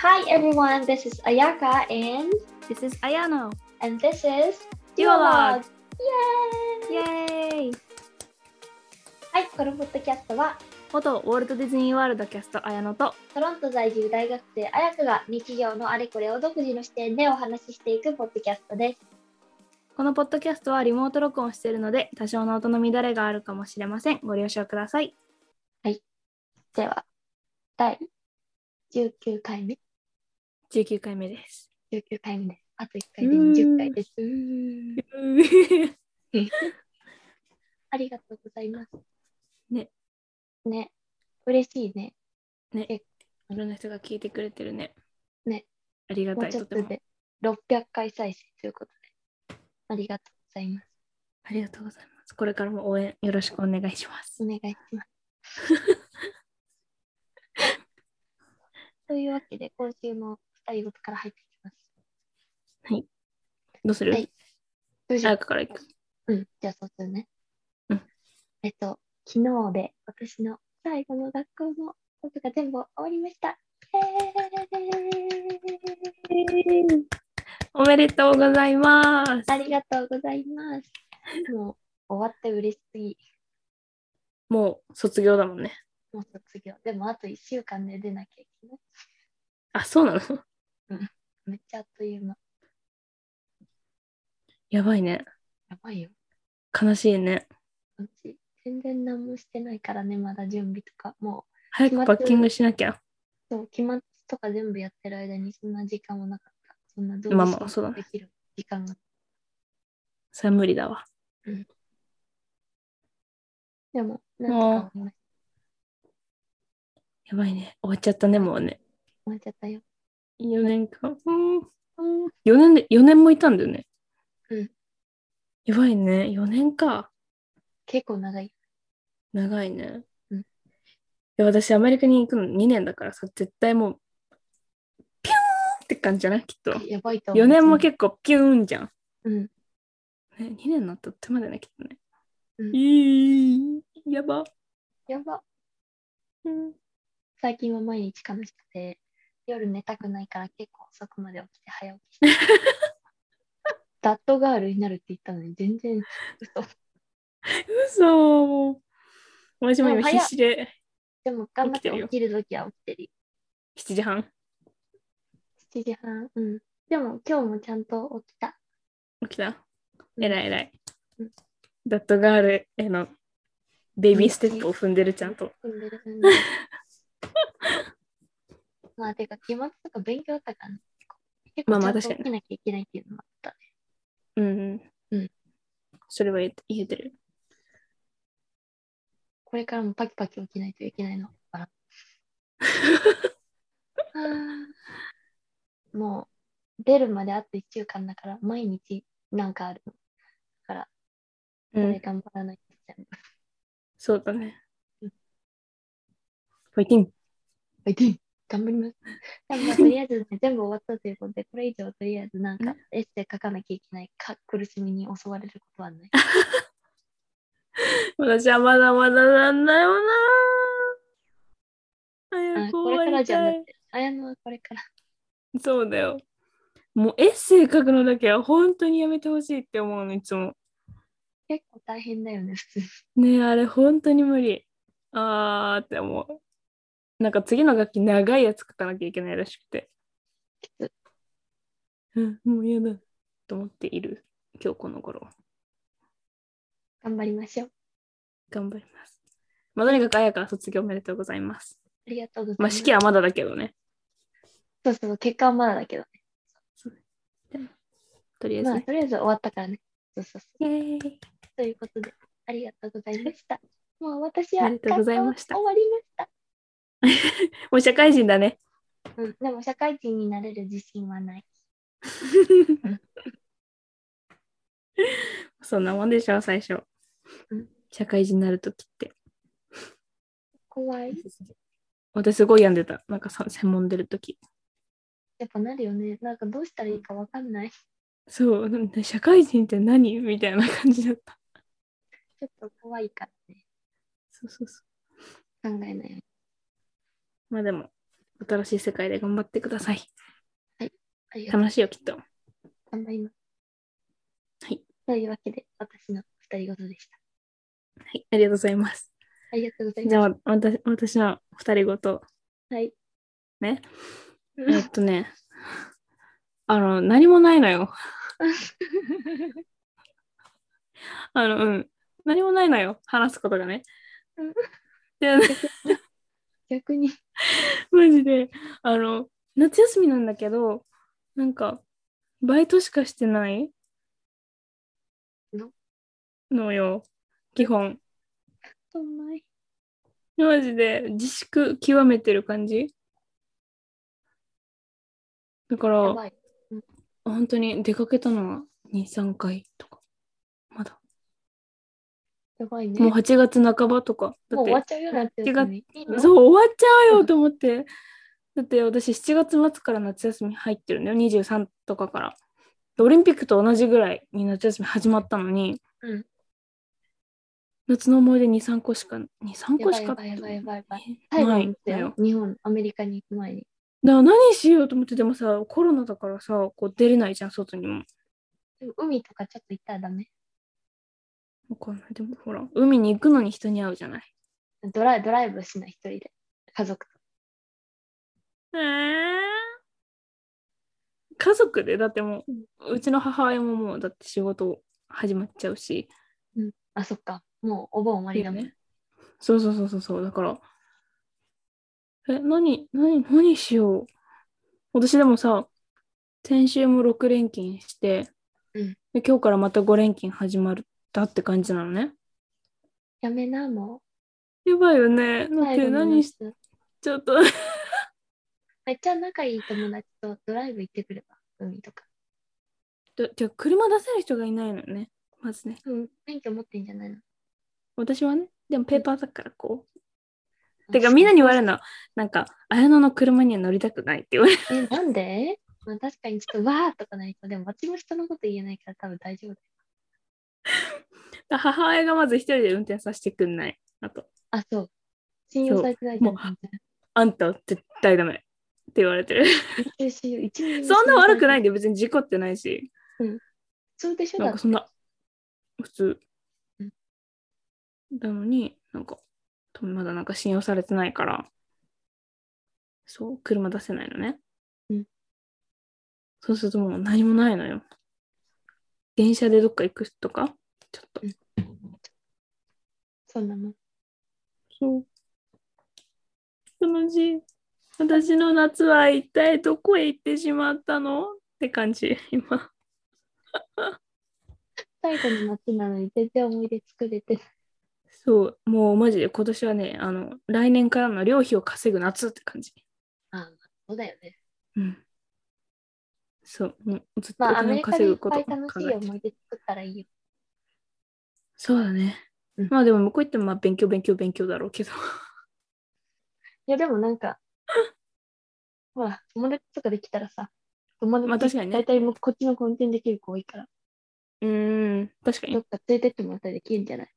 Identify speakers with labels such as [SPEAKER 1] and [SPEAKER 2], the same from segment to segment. [SPEAKER 1] Hi everyone, this is Ayaka and
[SPEAKER 2] This is Ayano.
[SPEAKER 1] and this is
[SPEAKER 2] Duologue.
[SPEAKER 1] イエ
[SPEAKER 2] イ
[SPEAKER 1] ーイ
[SPEAKER 2] エーイ
[SPEAKER 1] はい、このポッドキャストは
[SPEAKER 2] 元ウォルト・ディズニー・ワールドキャスト綾乃と
[SPEAKER 1] トロント在住大学生綾香が日常のあれこれを独自の視点でお話ししていくポッドキャストです。
[SPEAKER 2] このポッドキャストはリモート録音しているので多少の音の乱れがあるかもしれませんご了承ください
[SPEAKER 1] では、第19回目、
[SPEAKER 2] 19回目 です
[SPEAKER 1] 19回目です。あと1回
[SPEAKER 2] う
[SPEAKER 1] で
[SPEAKER 2] ーん
[SPEAKER 1] 20回です。うーんありがとうございます。
[SPEAKER 2] ね。
[SPEAKER 1] ね。嬉しいね。
[SPEAKER 2] いろんな人が聞いてくれてるね
[SPEAKER 1] ね
[SPEAKER 2] ありが
[SPEAKER 1] も
[SPEAKER 2] た
[SPEAKER 1] う
[SPEAKER 2] い
[SPEAKER 1] ちょ
[SPEAKER 2] と
[SPEAKER 1] ってと
[SPEAKER 2] も
[SPEAKER 1] で600回再生ということで。ありがとうございます。
[SPEAKER 2] ありがとうございますこれからも応援よろしくお願いします
[SPEAKER 1] お願いします。というわけで、今週も二人ごとから入っていきます。
[SPEAKER 2] どうする、
[SPEAKER 1] はいどうしよ
[SPEAKER 2] 早
[SPEAKER 1] う
[SPEAKER 2] くから行く
[SPEAKER 1] うん、じゃあそうするね。
[SPEAKER 2] うん。
[SPEAKER 1] えっと、昨日で私の最後の学校のことが全部終わりました。イエーイ
[SPEAKER 2] おめでとうございます
[SPEAKER 1] ありがとうございます。もう終わって嬉しすぎ。
[SPEAKER 2] もう卒業だもんね
[SPEAKER 1] もう卒業。でもあと1週間で出なきゃいけない。
[SPEAKER 2] あそうなの
[SPEAKER 1] めっちゃあっという間。
[SPEAKER 2] やばいね
[SPEAKER 1] やばいよ。
[SPEAKER 2] 悲しいね
[SPEAKER 1] うち全然何もしてないからね、まだ準備とか、も
[SPEAKER 2] 早くパッキングしなきゃ
[SPEAKER 1] う、そう、期末とか全部やってる間にそんな時間はなかった。そんなど
[SPEAKER 2] まあ
[SPEAKER 1] う
[SPEAKER 2] まあ
[SPEAKER 1] しよ
[SPEAKER 2] そうだ
[SPEAKER 1] う
[SPEAKER 2] ね
[SPEAKER 1] できる時間が。
[SPEAKER 2] それは無理だわ
[SPEAKER 1] でも、なんとか思いまし
[SPEAKER 2] やばいね。終わっちゃったね、もうね。
[SPEAKER 1] た。終わっちゃったよ。
[SPEAKER 2] 4年間。うん。
[SPEAKER 1] うん、
[SPEAKER 2] 4年で、4年もいたんだよね。
[SPEAKER 1] うん。
[SPEAKER 2] やばいね。4年か。
[SPEAKER 1] 結構長い。
[SPEAKER 2] 長いね。
[SPEAKER 1] うん
[SPEAKER 2] いや、私、アメリカに行くの2年だからさ、絶対もう、ピューンって感じじゃないきっと。
[SPEAKER 1] やばいと思う。
[SPEAKER 2] 4年も結構ピューンじゃん。ね、
[SPEAKER 1] うん。
[SPEAKER 2] 2年になったってまでね、きっとね。
[SPEAKER 1] うん
[SPEAKER 2] いい。やば。
[SPEAKER 1] やば。
[SPEAKER 2] うん。
[SPEAKER 1] 最近は毎日悲しくて、夜寝たくないから結構遅くまで起きて早起き して。ダットガールになるって言ったのに全然嘘。
[SPEAKER 2] 嘘もう。私も
[SPEAKER 1] もう
[SPEAKER 2] 今
[SPEAKER 1] 早っ
[SPEAKER 2] 必死で
[SPEAKER 1] でも頑張
[SPEAKER 2] 起
[SPEAKER 1] って
[SPEAKER 2] きてるよ
[SPEAKER 1] 起きるときは起きてるよ
[SPEAKER 2] 7時半
[SPEAKER 1] 7時半。うん。でも今日もちゃんと起きた。
[SPEAKER 2] 起きた。
[SPEAKER 1] うん
[SPEAKER 2] えらいえらい
[SPEAKER 1] うん。
[SPEAKER 2] ダットガールへのベビーステップを踏んでるちゃんと。
[SPEAKER 1] 踏んでる踏んでる まあてか、期末とか勉強だったから、ね、結
[SPEAKER 2] ま
[SPEAKER 1] 構
[SPEAKER 2] あ
[SPEAKER 1] ちゃ
[SPEAKER 2] まあ
[SPEAKER 1] んと
[SPEAKER 2] 確かに
[SPEAKER 1] 起きなきゃいけないっていうのもあったね。
[SPEAKER 2] うん。
[SPEAKER 1] うん。
[SPEAKER 2] それは言えて言えてる。
[SPEAKER 1] これからもパキパキ起きないといけないのか な。あーもう出るまであと1週間だから毎日なんかあるの。だから
[SPEAKER 2] う
[SPEAKER 1] これ
[SPEAKER 2] ん。
[SPEAKER 1] 頑張らないと全部。
[SPEAKER 2] そうだね
[SPEAKER 1] うん。
[SPEAKER 2] ファイティン。
[SPEAKER 1] はいで頑張ります。でもまあ とりあえず、ね、全部終わったということで、これ以上とりあえずなんかエッセイ書かなきゃいけないか苦しみに襲われることはない。
[SPEAKER 2] 私はまだまだなんだよな。早
[SPEAKER 1] あこれ
[SPEAKER 2] く終
[SPEAKER 1] か
[SPEAKER 2] わ
[SPEAKER 1] ら
[SPEAKER 2] り
[SPEAKER 1] じゃんだ
[SPEAKER 2] た
[SPEAKER 1] っ
[SPEAKER 2] い。
[SPEAKER 1] て。あやのはこれから。
[SPEAKER 2] そうだよ。もうエッセイ書くのだけは本当にやめてほしいって思うの、いつも。
[SPEAKER 1] 結構大変だよね、普通。
[SPEAKER 2] ねえあれ本当に無理あーって思うなんか次の楽器長いやつ書かなきゃいけないらしくて
[SPEAKER 1] きつ
[SPEAKER 2] うんもう嫌だと思っている今日この頃
[SPEAKER 1] 頑張りましょう。
[SPEAKER 2] 頑張りますまあとにかく綾から卒業おめでとうございます
[SPEAKER 1] ありがとうござい
[SPEAKER 2] ま
[SPEAKER 1] ま
[SPEAKER 2] あ
[SPEAKER 1] す。
[SPEAKER 2] 式はまだだけどね
[SPEAKER 1] そうそう、結果はまだだけどね。
[SPEAKER 2] とりあえず
[SPEAKER 1] まあ、
[SPEAKER 2] ね、
[SPEAKER 1] とりあえず終わったからね。そうそうそう。
[SPEAKER 2] イエーイ
[SPEAKER 1] ということで、ありがとうございました。もう私は
[SPEAKER 2] ありがとうございました
[SPEAKER 1] 学校終わりました。
[SPEAKER 2] もう社会人だね
[SPEAKER 1] うん、でも社会人になれる自信はない。
[SPEAKER 2] そんなもんでしょ最初
[SPEAKER 1] うん
[SPEAKER 2] 社会人になるときって
[SPEAKER 1] 怖い。
[SPEAKER 2] 私すごい病んでたなんかさ専門出るとき
[SPEAKER 1] やっぱなるよね。なんかどうしたらいいかわかんない。
[SPEAKER 2] そう、なんで社会人って何みたいな感じだった。
[SPEAKER 1] ちょっと怖いからね、
[SPEAKER 2] そうそうそ
[SPEAKER 1] 考えないように。
[SPEAKER 2] う。まあでも、新しい世界で頑張ってください。
[SPEAKER 1] ありがとう
[SPEAKER 2] 楽しいよ、きっと。
[SPEAKER 1] 頑張ります。
[SPEAKER 2] はい。
[SPEAKER 1] というわけで、私の二人ごとでした。
[SPEAKER 2] はい、ありがとうございます。
[SPEAKER 1] ありがとうござい
[SPEAKER 2] じゃ
[SPEAKER 1] ま
[SPEAKER 2] あ、私私の二人ごと。
[SPEAKER 1] す。はい。
[SPEAKER 2] ね
[SPEAKER 1] うん。
[SPEAKER 2] えっとね、あの、何もないのよ。あの、うん。何もないのよ。話すことがね
[SPEAKER 1] うん。
[SPEAKER 2] で、ね
[SPEAKER 1] 逆に、
[SPEAKER 2] マジで、あの、夏休みなんだけど、なんか、バイトしかしてない
[SPEAKER 1] の
[SPEAKER 2] のよ。基本。
[SPEAKER 1] そんない。
[SPEAKER 2] マジで、自粛極めてる感じだか
[SPEAKER 1] や
[SPEAKER 2] ら、
[SPEAKER 1] ばい。
[SPEAKER 2] 本当に出かけたのは2、3回とか。まだ。
[SPEAKER 1] やばいね。
[SPEAKER 2] もう
[SPEAKER 1] もう
[SPEAKER 2] 8月半ばとか。だって
[SPEAKER 1] 終わっちゃうようになってるね。いいの
[SPEAKER 2] そう、終わっちゃうよと思って。だって私、7月末から夏休み入ってるんだよ、23とかから。でオリンピックと同じぐらいに夏休み始まったのに、
[SPEAKER 1] うん
[SPEAKER 2] 夏の思い出2、3個しか、2、3個しか
[SPEAKER 1] やばいやばいやばいやばい
[SPEAKER 2] な
[SPEAKER 1] 最後
[SPEAKER 2] い
[SPEAKER 1] に
[SPEAKER 2] ん
[SPEAKER 1] 来た
[SPEAKER 2] だよ
[SPEAKER 1] よ。。日本、アメリカに行く前に。
[SPEAKER 2] だから何しようと思って、でもさ、コロナだからさ、こう出れないじゃん、外にも。
[SPEAKER 1] でも海とかちょっと行ったらダメ。
[SPEAKER 2] わかんない。でもほら、海に行くのに人に会うじゃない。
[SPEAKER 1] ドライドライブしない、一人で。家族と。
[SPEAKER 2] 家族でだってもううちの母親ももうだって仕事始まっちゃうし
[SPEAKER 1] あ、そっか。もうお盆終わりだもん。
[SPEAKER 2] ねそうそうそうそうそうだからえ何何何しよう私でもさ先週も6連勤して、
[SPEAKER 1] うん
[SPEAKER 2] で今日からまた5連勤始まったって感じなのね
[SPEAKER 1] やめな、も
[SPEAKER 2] やばいよね
[SPEAKER 1] う。
[SPEAKER 2] だっ
[SPEAKER 1] 最
[SPEAKER 2] て
[SPEAKER 1] 後の
[SPEAKER 2] 何し
[SPEAKER 1] 夏
[SPEAKER 2] ちゃった
[SPEAKER 1] めっちゃ仲いい友達とドライブ行ってくれば、海とか。
[SPEAKER 2] だじゃあ車出せる人がいないのよねまずね
[SPEAKER 1] うん、免許持ってんじゃないの
[SPEAKER 2] 私はねでもペーパーだからこう
[SPEAKER 1] あ
[SPEAKER 2] てかみんなに言われるのなんか綾乃の車には乗りたくないって言わ れる
[SPEAKER 1] え、なんで、まあ、確かにちょっとわーとかないと、でも私も人のこと言えないから多分大丈夫だよ。
[SPEAKER 2] 母親がまず一人で運転させてくんないあと
[SPEAKER 1] あ、そう。信用されてない
[SPEAKER 2] そう
[SPEAKER 1] と思う
[SPEAKER 2] あんたは絶対ダメって言われてる
[SPEAKER 1] 一応信用一応
[SPEAKER 2] そんな悪くない
[SPEAKER 1] い。
[SPEAKER 2] で別に事故ってないし
[SPEAKER 1] そうでしょ
[SPEAKER 2] な
[SPEAKER 1] だ
[SPEAKER 2] んかそんな普通
[SPEAKER 1] うん
[SPEAKER 2] なのになんか多分まだなんか信用されてないからそう車出せないのね
[SPEAKER 1] うん
[SPEAKER 2] そうするともう何もないのよ電車でどっか行くとかちょっと
[SPEAKER 1] そんなもん。
[SPEAKER 2] そう。楽しい。私の夏は一体どこへ行ってしまったのって感じ、 今。
[SPEAKER 1] 最後の夏なのに全然思い出作れてない。
[SPEAKER 2] そう、もうマジで今年はね、あの、来年からの旅費を稼ぐ夏って感じ。
[SPEAKER 1] あ、そうだよね。
[SPEAKER 2] うん。そう、もうずっとお
[SPEAKER 1] まあ、アメ
[SPEAKER 2] 金を
[SPEAKER 1] リカでいっ
[SPEAKER 2] 稼ぐこ
[SPEAKER 1] ぱ
[SPEAKER 2] とを
[SPEAKER 1] い
[SPEAKER 2] 考
[SPEAKER 1] 楽しい
[SPEAKER 2] えて
[SPEAKER 1] 思い出作ったらいいよ。
[SPEAKER 2] そうだね。
[SPEAKER 1] うん
[SPEAKER 2] まあでも向こう行ってもまあ勉強勉強勉強だろうけど。
[SPEAKER 1] いや、でもなんか、 ほら、友達とかできたらさ、友達、
[SPEAKER 2] まあ確かにね
[SPEAKER 1] 大体もうこっちの運転できる子多いから、
[SPEAKER 2] うーん、確か
[SPEAKER 1] ど
[SPEAKER 2] に
[SPEAKER 1] っ。か連れてってもらったりできるんじゃない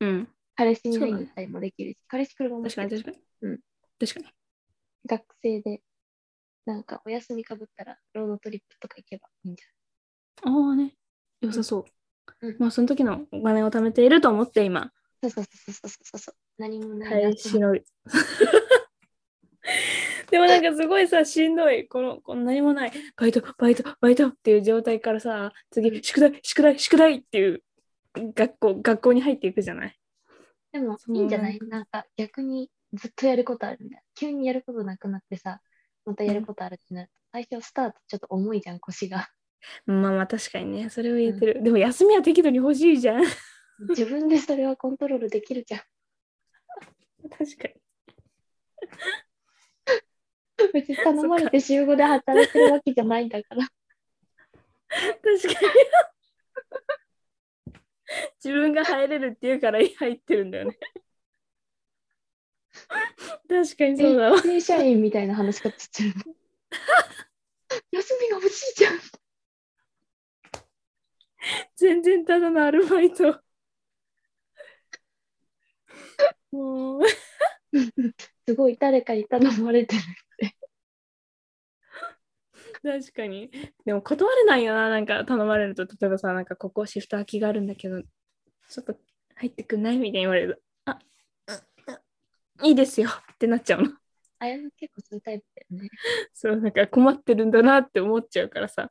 [SPEAKER 2] うん、
[SPEAKER 1] 彼氏に
[SPEAKER 2] そう
[SPEAKER 1] 会い
[SPEAKER 2] だね
[SPEAKER 1] に行ったりもできるし、彼氏車も
[SPEAKER 2] 確かに確かに。
[SPEAKER 1] うん、
[SPEAKER 2] 確かに。
[SPEAKER 1] 学生で、なんかお休みかぶったら、ロードトリップとか行けばいいんじ
[SPEAKER 2] ああね、良さそう。
[SPEAKER 1] うん
[SPEAKER 2] まあその時のお金を貯めていると思って今、
[SPEAKER 1] ゃないそうそうそうそうそうそう。何もない
[SPEAKER 2] 耐え
[SPEAKER 1] 夏
[SPEAKER 2] 忍び。 でもなんかすごいさ、しんどい。この、この何もない。バイト、バイト、バイトっていう状態からさ、次、宿題、宿題、宿題っていう学校、学校に入っていくじゃない。
[SPEAKER 1] でも
[SPEAKER 2] そう
[SPEAKER 1] いいんじゃない
[SPEAKER 2] なんか
[SPEAKER 1] なんか逆にずっとやることあるみたいな。急にやることなくなってさ、またやることあるってなると、最初スタートちょっと重いじゃん、腰 が。
[SPEAKER 2] まあまあ確かにね、それを言ってる。でも休みは適度に欲しいじゃん。 確
[SPEAKER 1] 自分でそれはコントロールできるじゃん。
[SPEAKER 2] かに。
[SPEAKER 1] 別に頼まれて週5で働いてるわけじゃないんだから。
[SPEAKER 2] 確かに。自分が入れるっていうから入ってるんだよね。 確かに そうだわ。
[SPEAKER 1] 正社員みたいな話し方してるの。休みが欲しいじゃん。
[SPEAKER 2] 全然ただのアルバイト。もう、
[SPEAKER 1] すごい誰かに頼まれてる。
[SPEAKER 2] 確かに。でも断れないよな、なんか頼まれると、例えばさ、なんかここシフト空きがあるんだけど、ちょっと入ってくんないみたいに言われると、あ、いいですよってなっちゃうの。
[SPEAKER 1] あやの結構そういうタイプだよね。
[SPEAKER 2] そう、なんか困ってるんだなって思っちゃうからさ。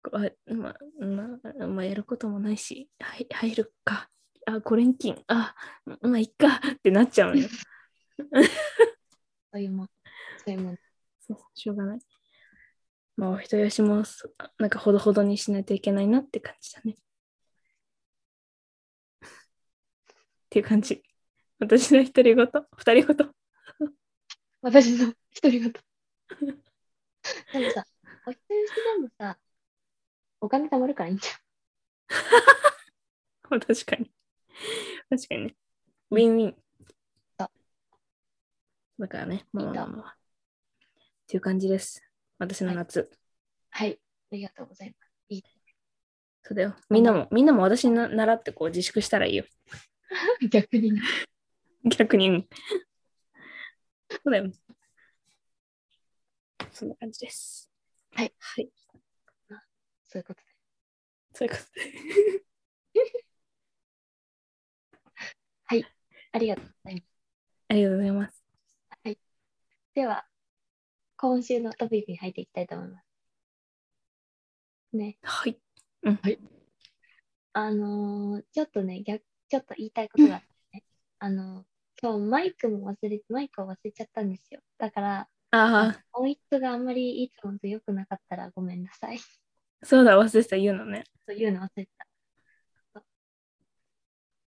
[SPEAKER 2] こうあまあ、まあ、まあ、やることもないし、はい、入るか。あ、5連勤。あ、まあ、いっかってなっちゃうのよ。
[SPEAKER 1] そういうもん。 そういうもん。
[SPEAKER 2] そうしょうがない。まあ、お人よしもそ、なんかほどほどにしないといけないなって感じだね。っていう感じ。私の独り言、二人ごと。
[SPEAKER 1] 私の独り言。 でもさ、お人よしでもさ、お金貯まるからいいんじ
[SPEAKER 2] 確かに。確かにね。ウィンウィン。
[SPEAKER 1] あ
[SPEAKER 2] だからね、まあ
[SPEAKER 1] いい
[SPEAKER 2] ま
[SPEAKER 1] と
[SPEAKER 2] あまあまあ。っていう感じです。私の夏。
[SPEAKER 1] ゃん。はい。ありがとうございます。
[SPEAKER 2] そうだよ。みんなも、みんなも私にな習ってこう自粛したらいいよ。
[SPEAKER 1] 逆にね。
[SPEAKER 2] 逆に。うんそうだよ。そんな感じです。
[SPEAKER 1] はい。
[SPEAKER 2] はい。
[SPEAKER 1] そういうことで。
[SPEAKER 2] そういうことで。
[SPEAKER 1] ありがとうございます。
[SPEAKER 2] ありがとうございます。
[SPEAKER 1] では、今週のトピックに入っていきたいと思います。ね。
[SPEAKER 2] はい。
[SPEAKER 1] あのーちょっとね、逆、ちょっと言いたいことがあって ね。あのー今日マイクも忘れ、マイクを忘れちゃったんですよ。だから、
[SPEAKER 2] あ
[SPEAKER 1] 音質があんまりいつもと良くなかったらごめんなさい。
[SPEAKER 2] あ、そうだ、忘れてた、言うのね。
[SPEAKER 1] というの忘れてた。そう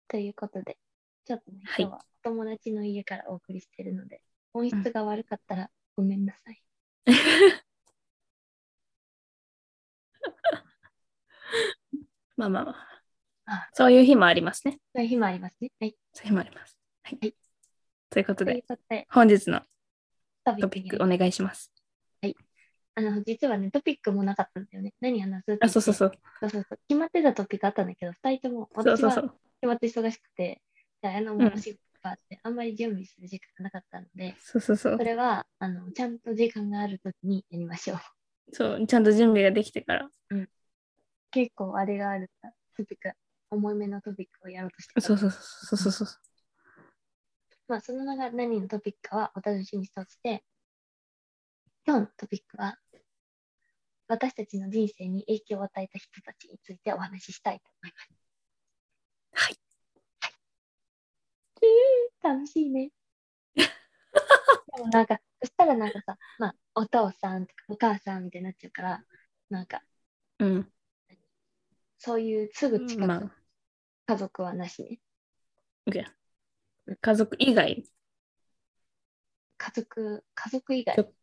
[SPEAKER 1] ということで、ちょっとね、
[SPEAKER 2] はい
[SPEAKER 1] 今日はお友達の家からお送りしてるので、音質が悪かったらごめんなさい。
[SPEAKER 2] まあまあま
[SPEAKER 1] あ
[SPEAKER 2] あ。そういう日もありますね。
[SPEAKER 1] そういう日もありますね。はい。
[SPEAKER 2] そういう日もあります。はい。
[SPEAKER 1] はい
[SPEAKER 2] ということ
[SPEAKER 1] とい
[SPEAKER 2] で
[SPEAKER 1] う、ことで、
[SPEAKER 2] 本日の
[SPEAKER 1] トピッ
[SPEAKER 2] ト
[SPEAKER 1] ク
[SPEAKER 2] ピ
[SPEAKER 1] に
[SPEAKER 2] ックお願いします。
[SPEAKER 1] あの、実はね、トピックもなかったんだよね。何話す
[SPEAKER 2] あ、そうそ
[SPEAKER 1] う。
[SPEAKER 2] うそう。
[SPEAKER 1] そうそうそう決まってたトピックあったんだけど、二人とも、
[SPEAKER 2] そう
[SPEAKER 1] 私
[SPEAKER 2] そう
[SPEAKER 1] は
[SPEAKER 2] そ
[SPEAKER 1] 決
[SPEAKER 2] う。
[SPEAKER 1] まって忙しくて、であの、
[SPEAKER 2] ん
[SPEAKER 1] もうお仕事があって、あんまり準備する時間がなかったので、
[SPEAKER 2] そうそうそう
[SPEAKER 1] そ。れは、あの、ちゃんと時間があるときにやりましょう。
[SPEAKER 2] そう、ちゃんと準備ができてから。
[SPEAKER 1] 結構あれがあるからトピック、重めのトピックをやろうとしてた
[SPEAKER 2] そうそうそうそうそうそう。
[SPEAKER 1] まあ、その中何のトピックかはお楽しみにしておして、今日のトピックは、私たちの人生に影響を与えた人たちについてお話ししたいと思います。
[SPEAKER 2] はい。
[SPEAKER 1] はい、楽しいね。でもなんか、そしたらなんかさ、まあ、お父さんとかお母さんみたいになっちゃうから、なんか、
[SPEAKER 2] うん。
[SPEAKER 1] そういうすぐ近く
[SPEAKER 2] まあ
[SPEAKER 1] の家族はなしね。
[SPEAKER 2] 家族以外、
[SPEAKER 1] 家族、家族以外
[SPEAKER 2] ちょ。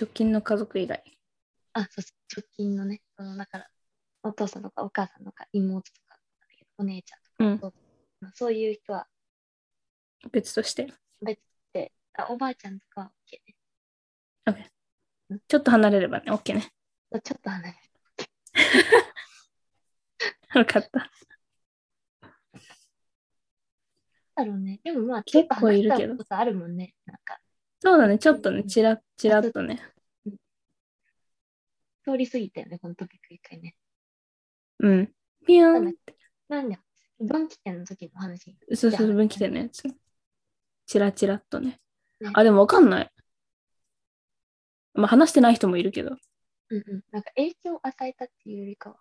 [SPEAKER 2] 直近の家族以外。
[SPEAKER 1] あ、そうそう、直近のね、そのだから、お父さんとかお母さんとか妹とか、お姉ちゃんとか、
[SPEAKER 2] うん。
[SPEAKER 1] まあそういう人は、
[SPEAKER 2] 別として。
[SPEAKER 1] あおばあちゃんとかは OK ね。
[SPEAKER 2] ちょっと離れればね、OK ね。
[SPEAKER 1] そうちょっと離れる。
[SPEAKER 2] よかった。
[SPEAKER 1] なんだろうね。でもまあ、
[SPEAKER 2] 結構いるけ
[SPEAKER 1] ちょっと離れた
[SPEAKER 2] ど
[SPEAKER 1] ことあるもんね。なんか、
[SPEAKER 2] そうだね、ちょっとね、ちらちらっとね。
[SPEAKER 1] 通り過ぎたよね、このトピック一回ね。
[SPEAKER 2] うん。ピヨン。
[SPEAKER 1] なんで、分岐点の時の話。
[SPEAKER 2] そうそう、分岐点のやつ。チラチラっとね
[SPEAKER 1] ね。
[SPEAKER 2] あ、でもわかんない。まあ話してない人もいるけど。
[SPEAKER 1] うんうん。なんか、影響を与えたっていうよりかは、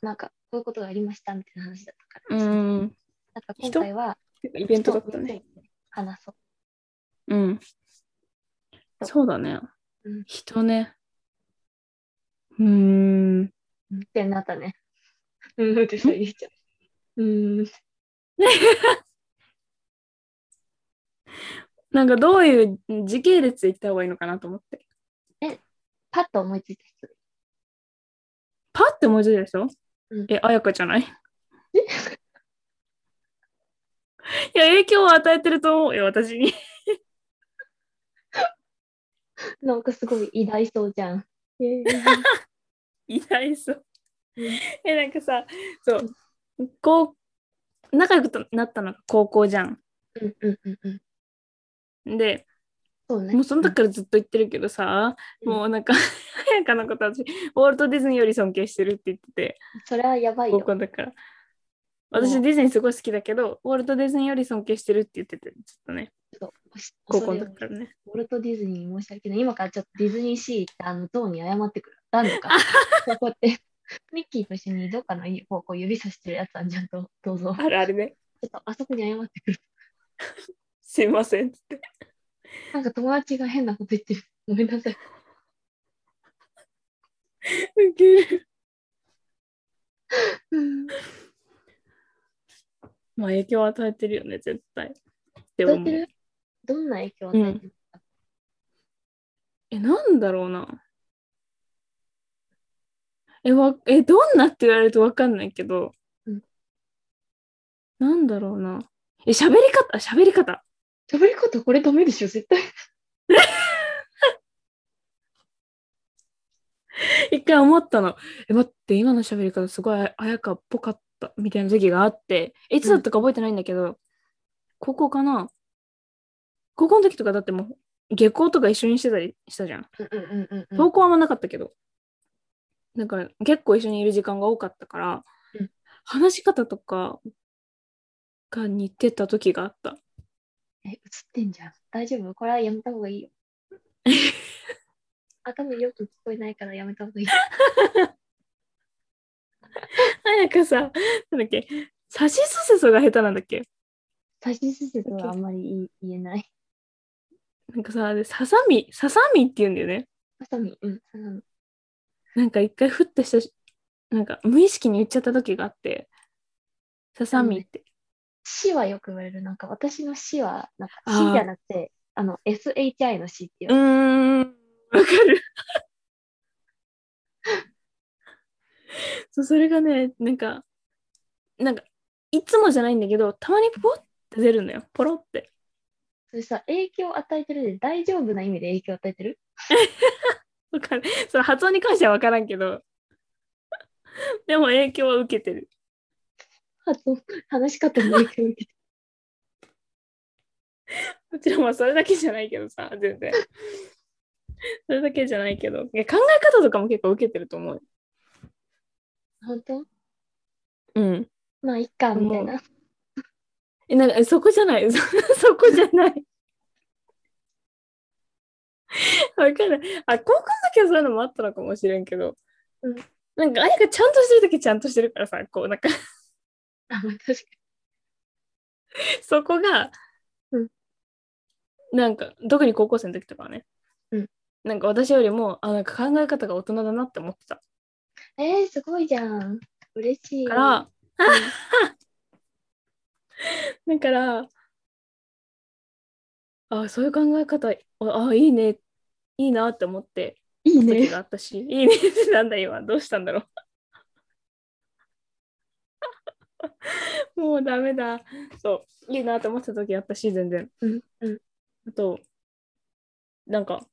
[SPEAKER 1] なんか、こういうことがありましたみたいな話だったから。
[SPEAKER 2] う
[SPEAKER 1] なん
[SPEAKER 2] ーん。
[SPEAKER 1] か今回は、
[SPEAKER 2] イベントだったね。
[SPEAKER 1] 話そう。
[SPEAKER 2] うん。そうだね
[SPEAKER 1] うん。
[SPEAKER 2] 人ね。うーん。
[SPEAKER 1] ってなったね。うーんってそう言っちゃう。うーん。
[SPEAKER 2] なんかどういう時系列で行った方がいいのかなと思って。
[SPEAKER 1] パッと思いついた人。
[SPEAKER 2] パッて思いついたでしょ
[SPEAKER 1] うん
[SPEAKER 2] え、あやかじゃ ないいや、影響を与えてると思うよ、私に。
[SPEAKER 1] なんかすごい偉大そうじゃん。えー
[SPEAKER 2] 偉大そう。え、なんかさ、そう、こう、仲良くなったのが高校じゃん。
[SPEAKER 1] うんうんうんうん。
[SPEAKER 2] で、
[SPEAKER 1] そうね。
[SPEAKER 2] もうその時からずっと言ってるけどさ、
[SPEAKER 1] うん
[SPEAKER 2] もうなんか、 彩香のこと私、ウォルト・ディズニーより尊敬してるって言ってて、
[SPEAKER 1] それはやばい
[SPEAKER 2] 高
[SPEAKER 1] よ。
[SPEAKER 2] 校だから。私、ディズニーすごい好きだけど、ウォルト・ディズニーより尊敬してるって言ってて、ずっとね、高
[SPEAKER 1] 高
[SPEAKER 2] 校
[SPEAKER 1] 校
[SPEAKER 2] の
[SPEAKER 1] だ
[SPEAKER 2] 時からね。
[SPEAKER 1] ウォルト・ディズニー申し訳ない。今からちょっとディズニーシーってあの塔に謝ってくる。なんのか。こうやって。ミッキーと一緒にどっかの方向指さしてるやつあんじゃんと、どうぞ。ちょ
[SPEAKER 2] あるあるね。
[SPEAKER 1] っとあそこに謝ってくる。
[SPEAKER 2] すいませんっつって。
[SPEAKER 1] なんか友達が変なこと言ってる。ごめんなさい。
[SPEAKER 2] ウケる
[SPEAKER 1] うん
[SPEAKER 2] まあ影響を与えてるよね、絶対。で
[SPEAKER 1] どう
[SPEAKER 2] も
[SPEAKER 1] やってるどんな影響を与えてるか、
[SPEAKER 2] え、なんだろうな。え、わえどんなって言われるとわかんないけど、
[SPEAKER 1] うん
[SPEAKER 2] なんだろうな。え、喋り方、喋り方。
[SPEAKER 1] 喋り方これダメでしょ、絶対。
[SPEAKER 2] 一回思ったの。え、待って、今の喋り方すごい綾香っぽかったみたいな時があって、えいつだったか覚えてないんだけど、高校かな高校の時とかだってもう下校とか一緒にしてたりしたじゃん。
[SPEAKER 1] うんうんうんうん
[SPEAKER 2] 投稿はあんまなかったけど、だから結構一緒にいる時間が多かったから、
[SPEAKER 1] うん
[SPEAKER 2] 話し方とかが似てた時があった。
[SPEAKER 1] え、映ってんじゃん。大丈夫これはやめた方がいいよ。 頭よく聞こえないからやめた方がいい。
[SPEAKER 2] なんかさ、なんだっけ、さしすせそが下手なんだっけ
[SPEAKER 1] 差しすせとはあんまり言い言えない。
[SPEAKER 2] なんかさ、でささみ、ささみって言うんだよね。
[SPEAKER 1] まさみ、うん、ささみ。
[SPEAKER 2] なんか一回ふってしたし、なんか無意識に言っちゃった時があって、ささみって。
[SPEAKER 1] 死はよく言われる。なんか私の死は、なんか
[SPEAKER 2] あー
[SPEAKER 1] 死じゃなくて、あの、SHI の死っていう
[SPEAKER 2] う。ーん、わかる。そうそれがね、なんか、なんか、いつもじゃないんだけど、たまにポロって出るのよ、ポロって。
[SPEAKER 1] それさ、影響を与えてるで、大丈夫な意味で影響を与えてる
[SPEAKER 2] わかる。その発音に関しては分からんけど、でも影響は受けてる。
[SPEAKER 1] あと、話し方の影響を 受けて
[SPEAKER 2] もちろんまあそれだけじゃないけどさ、全然。それだけじゃないけど、いや考え方とかも結構受けてると思うよ。
[SPEAKER 1] る。本当
[SPEAKER 2] うん。
[SPEAKER 1] まあ、いっか、みたいな。
[SPEAKER 2] え、なんか、えそこじゃない。そ そこじゃない。 わかる。あ、高校の時はそういうのもあったのかもしれんけど。
[SPEAKER 1] うん
[SPEAKER 2] なんか、あやがちゃんとしてる時ちゃんとしてるからさ、こう、なんか、
[SPEAKER 1] あ、まあ確かに。
[SPEAKER 2] そこが、
[SPEAKER 1] うん
[SPEAKER 2] なんか、特に高校生の時とかはね。
[SPEAKER 1] うん
[SPEAKER 2] なんか、私よりも、あ、なんか考え方が大人だなって思ってた。
[SPEAKER 1] えー、すごいじゃん。嬉しい。
[SPEAKER 2] から、 だから、あ、そういう考え方、あ、あいいね、いいなって思って、
[SPEAKER 1] いい
[SPEAKER 2] 時
[SPEAKER 1] ね。
[SPEAKER 2] があったし、いいねってなんだ今、どうしたんだろう。 もうダメだ。そう、いいなと思ってた時あったし、全然。
[SPEAKER 1] うんうん。
[SPEAKER 2] あと、なんか、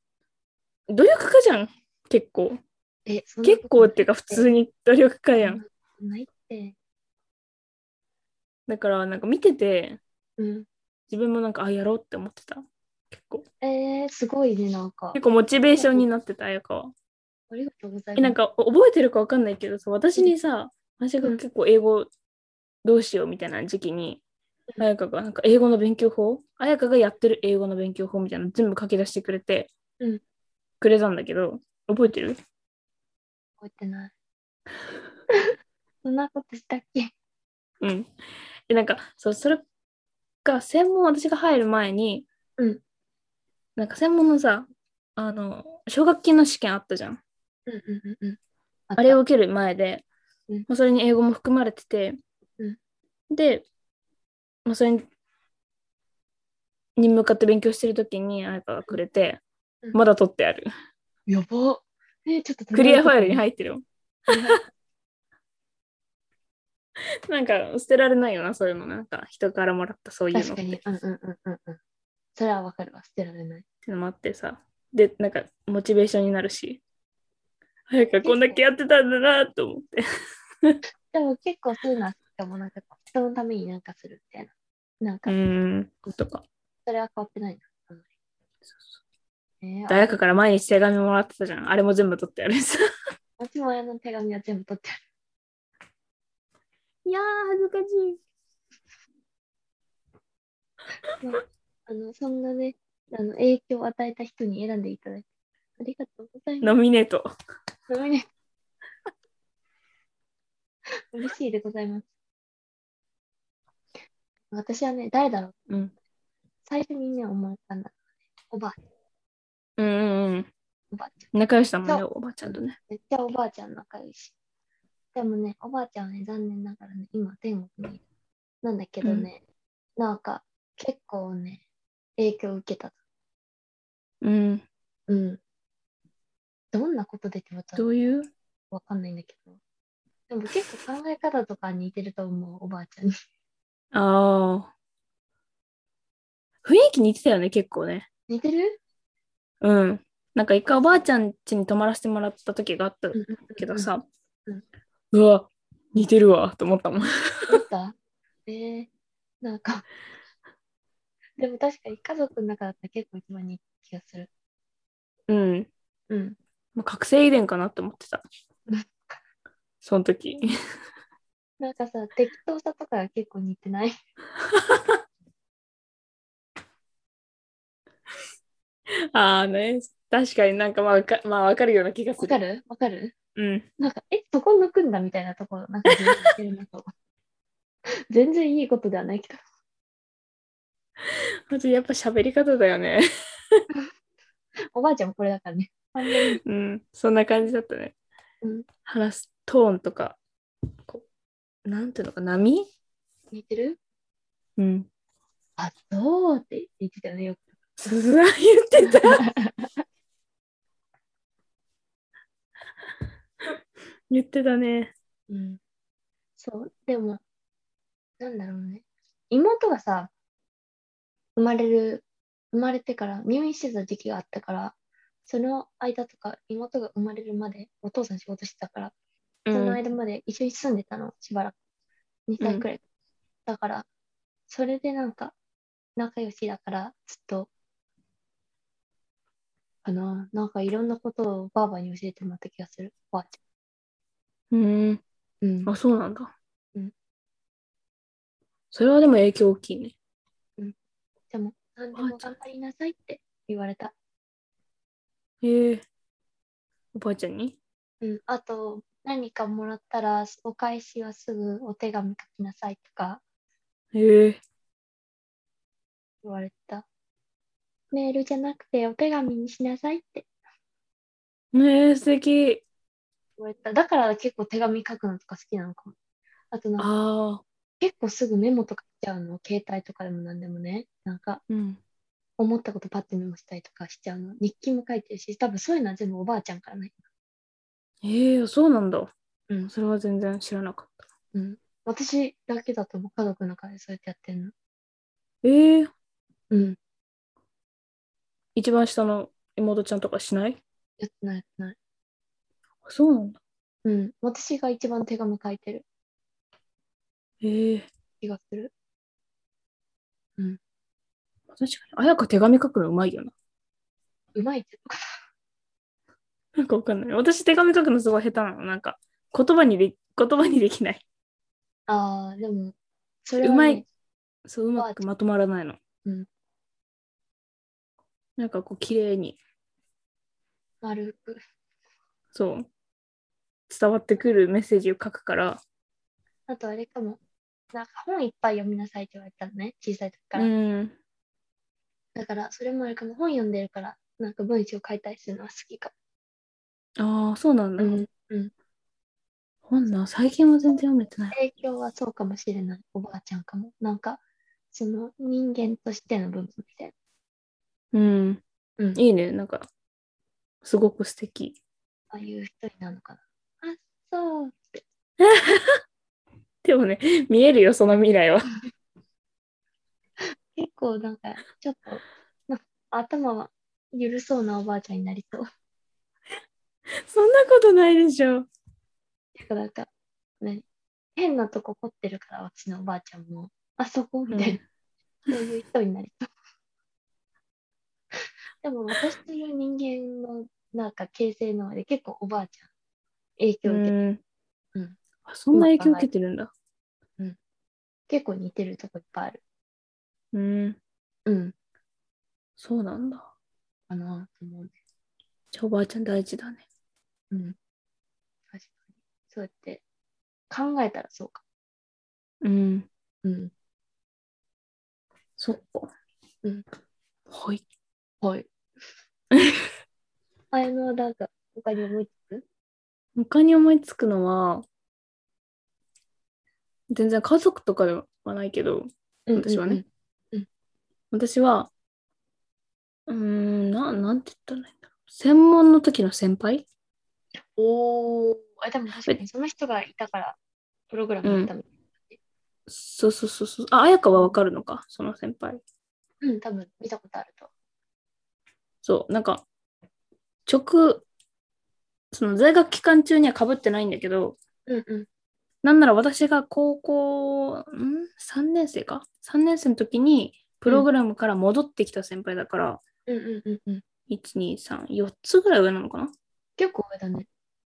[SPEAKER 2] 努力家じゃん、結構。
[SPEAKER 1] え、そんなこと
[SPEAKER 2] 結構っていうか、普通に努力家やん。
[SPEAKER 1] ないって。
[SPEAKER 2] だから、なんか見てて、
[SPEAKER 1] うん。
[SPEAKER 2] 自分もなんか、あ、やろうって思ってた。結構。
[SPEAKER 1] えー、すごいね、なんか
[SPEAKER 2] 結。構モチベーションになってた、綾香は。
[SPEAKER 1] ありがとうございます。
[SPEAKER 2] えなんかお覚えてるかわかんないけどさ私にさ私が結構英語どうしようみたいな時期に
[SPEAKER 1] うん
[SPEAKER 2] 綾香がなんか英語の勉強法綾香がやってる英語の勉強法みたいなの全部書き出してくれて、
[SPEAKER 1] うん
[SPEAKER 2] くれたんだけど覚えてる
[SPEAKER 1] 覚えてない。 そんなことしたっけ
[SPEAKER 2] うん。で、なんか、そう、それが、専門、私が入る前に、
[SPEAKER 1] うん。
[SPEAKER 2] なんか、専門のさ、あの、奨学金の試験あったじゃん。
[SPEAKER 1] うんうんうんうん。
[SPEAKER 2] あれを受ける前で、
[SPEAKER 1] うん
[SPEAKER 2] まあ、それに英語も含まれてて、
[SPEAKER 1] うん
[SPEAKER 2] で、まあ、それにに向かって勉強してるときに、あやかがくれて、
[SPEAKER 1] うん
[SPEAKER 2] まだ取ってある。
[SPEAKER 1] やば。えー、ちょっと
[SPEAKER 2] クリアファイルに入
[SPEAKER 1] っ
[SPEAKER 2] ってるよ。
[SPEAKER 1] て。
[SPEAKER 2] なんか、捨てられないよな、そういうの。なんか、人からもらったそういう
[SPEAKER 1] 確
[SPEAKER 2] のっ
[SPEAKER 1] か
[SPEAKER 2] て。
[SPEAKER 1] に。うんうんうんうんうん。それはわかるわ。捨てられない。
[SPEAKER 2] ってのもあってさでなんかモチベーションになるし早くこんだけやってたんだなと思って。
[SPEAKER 1] でも結構そういうのは好きかも、なんか人のためになんかするみたいな。なん
[SPEAKER 2] う
[SPEAKER 1] か、
[SPEAKER 2] ん。とか。
[SPEAKER 1] それは変わってないな。あんまりえー
[SPEAKER 2] 大学から毎日手紙もらってたじゃん。あれも全部取ってやるさ。
[SPEAKER 1] 私も親の手紙は全部取ってある。
[SPEAKER 2] いやー、恥ずかしい。
[SPEAKER 1] あの、そんなね、あの影響を与えた人に選んでいただいて、ありがとうございま
[SPEAKER 2] ノミネート。
[SPEAKER 1] す。ごめんね嬉しいでございます。私はね、誰だろう
[SPEAKER 2] うん。
[SPEAKER 1] 最初にね、思ったんだ、おばあちゃん、
[SPEAKER 2] うんうんうん。
[SPEAKER 1] おばあちゃん。
[SPEAKER 2] 仲良しだもんね、
[SPEAKER 1] そ
[SPEAKER 2] おばちゃんとね。
[SPEAKER 1] めっちゃおばあちゃん仲良いし。でもね、おばあちゃんはね、残念ながらね、今、天国にいる。なんだけどね、なんか、結構ね、影響を受けた。
[SPEAKER 2] うん。
[SPEAKER 1] うん。どんなことでってまた
[SPEAKER 2] どういう
[SPEAKER 1] わかんないんだけど。でも結構考え方とか似てると思う、おばあちゃんに。
[SPEAKER 2] ああ。雰囲気似てたよね、結構ね。
[SPEAKER 1] 似てる
[SPEAKER 2] うん。なんか一回おばあちゃん家に泊まらせてもらった時があったけど。さ、
[SPEAKER 1] うん
[SPEAKER 2] うわ、似てるわ、と思ったもん。
[SPEAKER 1] 思ったえー、なんか。でも確かに家族の中だったら結構一番似てる気がする。
[SPEAKER 2] うん。
[SPEAKER 1] うん。
[SPEAKER 2] まあ覚醒遺伝かなって思ってた
[SPEAKER 1] うん。
[SPEAKER 2] その時。
[SPEAKER 1] なんかさ、適当さとかが結構似てない。
[SPEAKER 2] ああね、確かになんかまあわか、まあ、わかるような気がす
[SPEAKER 1] わ
[SPEAKER 2] る。
[SPEAKER 1] かるわかる
[SPEAKER 2] うん。
[SPEAKER 1] なんか、え、そこ抜くんだみたいなところ、なんか自分で言ってるなと。 全然いいことではないけど。
[SPEAKER 2] あとやっぱ喋り方だよね。
[SPEAKER 1] おばあちゃんもこれだからね。完全に
[SPEAKER 2] うん。そんな感じだったね。
[SPEAKER 1] うん
[SPEAKER 2] 話すトーンとか、こうなんていうのか、波
[SPEAKER 1] 似てる
[SPEAKER 2] うん。
[SPEAKER 1] あ、そうって言ってたよね、よく。
[SPEAKER 2] そうそう言ってた。 言ってたね。
[SPEAKER 1] うん。そう、でも、なんだろうね。妹がさ、生まれる、生まれてから入院してた時期があったから、その間とか、妹が生まれるまで、お父さん仕事してたから、
[SPEAKER 2] う
[SPEAKER 1] その
[SPEAKER 2] ん。
[SPEAKER 1] 間まで一緒に住んでたの、しばらく。2
[SPEAKER 2] う
[SPEAKER 1] 歳
[SPEAKER 2] ん
[SPEAKER 1] くらい。だから、それでなんか、仲良しだから、ずっと、かな、なんかいろんなことをばあばに教えてもらった気がする、ばあち
[SPEAKER 2] うん。
[SPEAKER 1] ゃん。うん
[SPEAKER 2] あ、そうなんだ。
[SPEAKER 1] うん。
[SPEAKER 2] それはでも影響大きいね。
[SPEAKER 1] でも、何で
[SPEAKER 2] ば
[SPEAKER 1] も
[SPEAKER 2] あちゃん
[SPEAKER 1] 頑張りなさいって言われた。
[SPEAKER 2] へえ。おばあちゃんに
[SPEAKER 1] うん、あと、何かもらったら、お返しはすぐお手紙書きなさいとか
[SPEAKER 2] へえ。
[SPEAKER 1] 言われた。メールじゃなくてお手紙にしなさいって
[SPEAKER 2] ねえ、素敵。
[SPEAKER 1] 言われた。だから結構手紙書くのとか好きなのかも。あとなんか
[SPEAKER 2] ああ。
[SPEAKER 1] 結構すぐメモとかしちゃうの。携帯とかでも何でもね。なんか
[SPEAKER 2] うん。
[SPEAKER 1] 思ったことパッてメモしたりとかしちゃうの。日記も書いてるし、多分そういうのは全部おばあちゃんからね。
[SPEAKER 2] ええ、そうなんだ。
[SPEAKER 1] うん
[SPEAKER 2] それは全然知らなかった。
[SPEAKER 1] うん。私だけだと思う。家族の中でそうやってやってんの。
[SPEAKER 2] ええ。
[SPEAKER 1] うん。
[SPEAKER 2] 一番下の妹ちゃんとかしない
[SPEAKER 1] やってないやってない。
[SPEAKER 2] あそうなんだ。
[SPEAKER 1] うん。私が一番手紙書いてる
[SPEAKER 2] へえ。
[SPEAKER 1] 気がする。
[SPEAKER 2] 確かに。あやか手紙書くのうまいよな。
[SPEAKER 1] うまいってことか。
[SPEAKER 2] なんかわかんない。私手紙書くのすごい下手なの。なんか言葉にで言葉にできない。
[SPEAKER 1] ああ、でも、それ
[SPEAKER 2] う
[SPEAKER 1] は、
[SPEAKER 2] ま
[SPEAKER 1] ね
[SPEAKER 2] い。。そううまくまとまらないの。
[SPEAKER 1] うん。
[SPEAKER 2] なんかこう綺麗に
[SPEAKER 1] 丸く。
[SPEAKER 2] そう伝わってくるメッセージを書くから。
[SPEAKER 1] あとあれかも。なんか本いっぱい読みなさいって言われたのね。小さい時から。
[SPEAKER 2] うん。
[SPEAKER 1] だから、それもあるかも。本読んでるから、なんか文章を書いたりするのは好きか
[SPEAKER 2] ああそうなん
[SPEAKER 1] も。
[SPEAKER 2] だ。
[SPEAKER 1] うん。
[SPEAKER 2] 本な最近は全然読めてない。
[SPEAKER 1] 影響はそうかもしれない。おばあちゃんかも。なんか、その人間としての部分みたい
[SPEAKER 2] うん。
[SPEAKER 1] な。うん。
[SPEAKER 2] いいね。なんかすごく素敵。
[SPEAKER 1] ああいう人になるのかな。あ、そう。
[SPEAKER 2] でもね見えるよその未来は。
[SPEAKER 1] 結構なんか、ちょっと、なんか頭は緩そうなおばあちゃんになりそう。
[SPEAKER 2] そんなことないでしょ。
[SPEAKER 1] ていうか、なんか、何変なとこ凝ってるから、私のおばあちゃんも、あそこみたいな、そういう人になりそう。 でも、私という人間の、なんか、形成のあれ、結構おばあちゃん、影響受け、
[SPEAKER 2] ん
[SPEAKER 1] うん
[SPEAKER 2] あそんな影響受けてるんだ。
[SPEAKER 1] 結構似てるとこいっぱいある。
[SPEAKER 2] うん、
[SPEAKER 1] うん。
[SPEAKER 2] そうなんだ。
[SPEAKER 1] あの、と思う。
[SPEAKER 2] じゃあおばあちゃん大事だね。
[SPEAKER 1] うん。確かに。そうやって、考えたらそうか。
[SPEAKER 2] うん、
[SPEAKER 1] うん。
[SPEAKER 2] そっか。
[SPEAKER 1] うん、
[SPEAKER 2] はい。
[SPEAKER 1] はい。 あやのはなんか、他に思いつく
[SPEAKER 2] 他に思いつくのは、全然家族とかではないけど、私はね。私は、うーん、ななんて言ったらいいんだろう。専門の時の先輩
[SPEAKER 1] おお、あ、でも確かにその人がいたから、プログラムやったみたい。
[SPEAKER 2] そうそうそうそう。あ、彩香はわかるのか、その先輩。
[SPEAKER 1] うん、多分見たことあると。
[SPEAKER 2] そう、なんか、直、その在学期間中にはかぶってないんだけど、
[SPEAKER 1] うんうん。
[SPEAKER 2] なんなら私が高校、ん ?3 年生か ?3 年生の時に、プログラムから戻ってきた先輩だから、
[SPEAKER 1] うんうんうんうん。
[SPEAKER 2] 1、2、3、4つぐらい上なのかな
[SPEAKER 1] 結構上だね。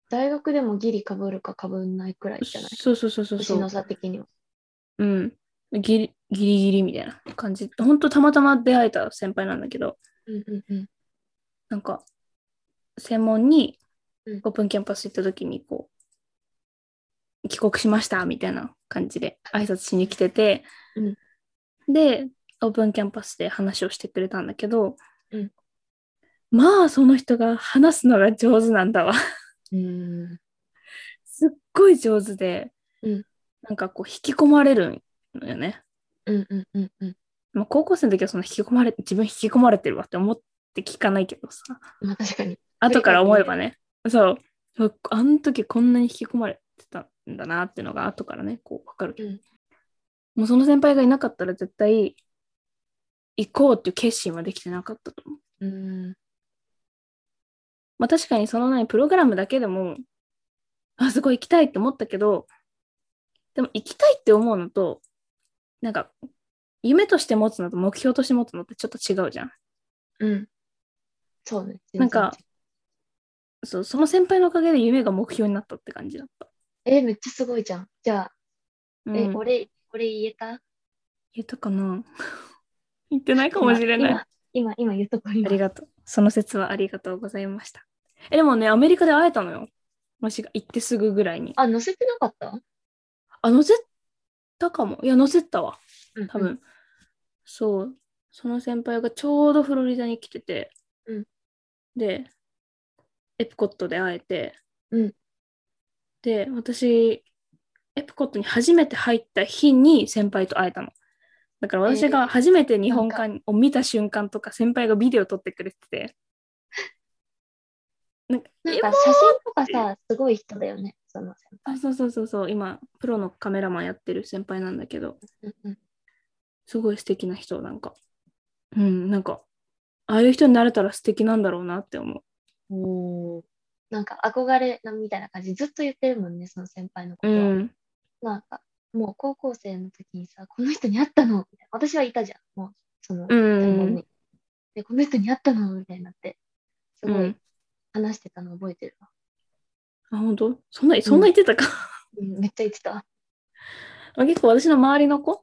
[SPEAKER 1] 大学でもギリかぶるかかぶんないくらいじゃない
[SPEAKER 2] そうそうそうそうそ
[SPEAKER 1] 年の
[SPEAKER 2] う。
[SPEAKER 1] 差的には。
[SPEAKER 2] うん。ギリギリギリみたいな感じ。ほんとたまたま出会えた先輩なんだけど、
[SPEAKER 1] うんうんうん。
[SPEAKER 2] なんか、専門に
[SPEAKER 1] うん
[SPEAKER 2] オープンキャンパス行った時に、こう、帰国しましたみたいな感じで挨拶しに来てて、で、オープンキャンパスで話をしてくれたんだけど、
[SPEAKER 1] うん
[SPEAKER 2] まあ、その人が話すのが上手なんだわ。
[SPEAKER 1] うん。
[SPEAKER 2] すっごい上手で、
[SPEAKER 1] うん
[SPEAKER 2] なんかこう、引き込まれるのよね。
[SPEAKER 1] うんうんうんうん。
[SPEAKER 2] まあ、高校生の時はその引き込まれ、自分引き込まれてるわって思って聞かないけどさ。
[SPEAKER 1] まあ確かに。
[SPEAKER 2] 後から思えばね、そう、そうあの時こんなに引き込まれてたんだなっていうのが後からね、こう分かるけど、
[SPEAKER 1] うん
[SPEAKER 2] もうその先輩がいなかったら絶対行こうっていう決心はできてなかったと思う。
[SPEAKER 1] うん。
[SPEAKER 2] まあ確かにそのね、プログラムだけでも、あそこ行きたいって思ったけど、でも行きたいって思うのと、なんか、夢として持つのと目標として持つのってちょっと違うじゃん。
[SPEAKER 1] うん。そうね。全然
[SPEAKER 2] なんか
[SPEAKER 1] 違う、
[SPEAKER 2] そうその先輩のおかげで夢が目標になったって感じだった。
[SPEAKER 1] え、めっちゃすごいじゃん。じゃあ、
[SPEAKER 2] うん
[SPEAKER 1] え、俺、俺言えた
[SPEAKER 2] 言ったかな 言ってないかもしれない。あ
[SPEAKER 1] 今、今、今言うとこ今
[SPEAKER 2] りがとう。その説はありがとうございました。え、でもね、アメリカで会えたのよ。もしが行ってすぐぐらいに。
[SPEAKER 1] あ、載せてなかった
[SPEAKER 2] あ、乗せたかも。いや、乗せたわ。
[SPEAKER 1] うん
[SPEAKER 2] 多分。。そう。その先輩がちょうどフロリダに来てて、
[SPEAKER 1] うん
[SPEAKER 2] で、エピコットで会えて、
[SPEAKER 1] うん
[SPEAKER 2] で、私、エピコットに初めて入った日に先輩と会えたの。だから
[SPEAKER 1] えー
[SPEAKER 2] 私が初めて日本
[SPEAKER 1] な
[SPEAKER 2] 館を見た瞬間とか、先輩がビデオ撮ってくれてて、なんか、
[SPEAKER 1] なん
[SPEAKER 2] え
[SPEAKER 1] か写真とかさ、すごい人だよね、その先
[SPEAKER 2] あそうそうそうそう、今、プロのカメラマンやってる先輩なんだけど、
[SPEAKER 1] 輩。うんうん
[SPEAKER 2] すごい素敵な人、なんか。うん、なんか、ああいう人になれたら素敵なんだろうなって思
[SPEAKER 1] おなんか憧れなみたいな感じずっと言ってるもんねその先輩のこ
[SPEAKER 2] う。
[SPEAKER 1] とは、。なんかもう高校生の時にさこの人に会ったのみたいな私はいたじゃんもうその
[SPEAKER 2] う
[SPEAKER 1] 専門に、
[SPEAKER 2] ん。
[SPEAKER 1] でこの人に会ったのみたいになってす
[SPEAKER 2] う
[SPEAKER 1] ごい
[SPEAKER 2] ん。
[SPEAKER 1] 話してたの覚えてるわ、
[SPEAKER 2] あ、本当そんな、そんな言ってたか。
[SPEAKER 1] うん、めっちゃ言ってた
[SPEAKER 2] まあ 結構私の周りの子、
[SPEAKER 1] うん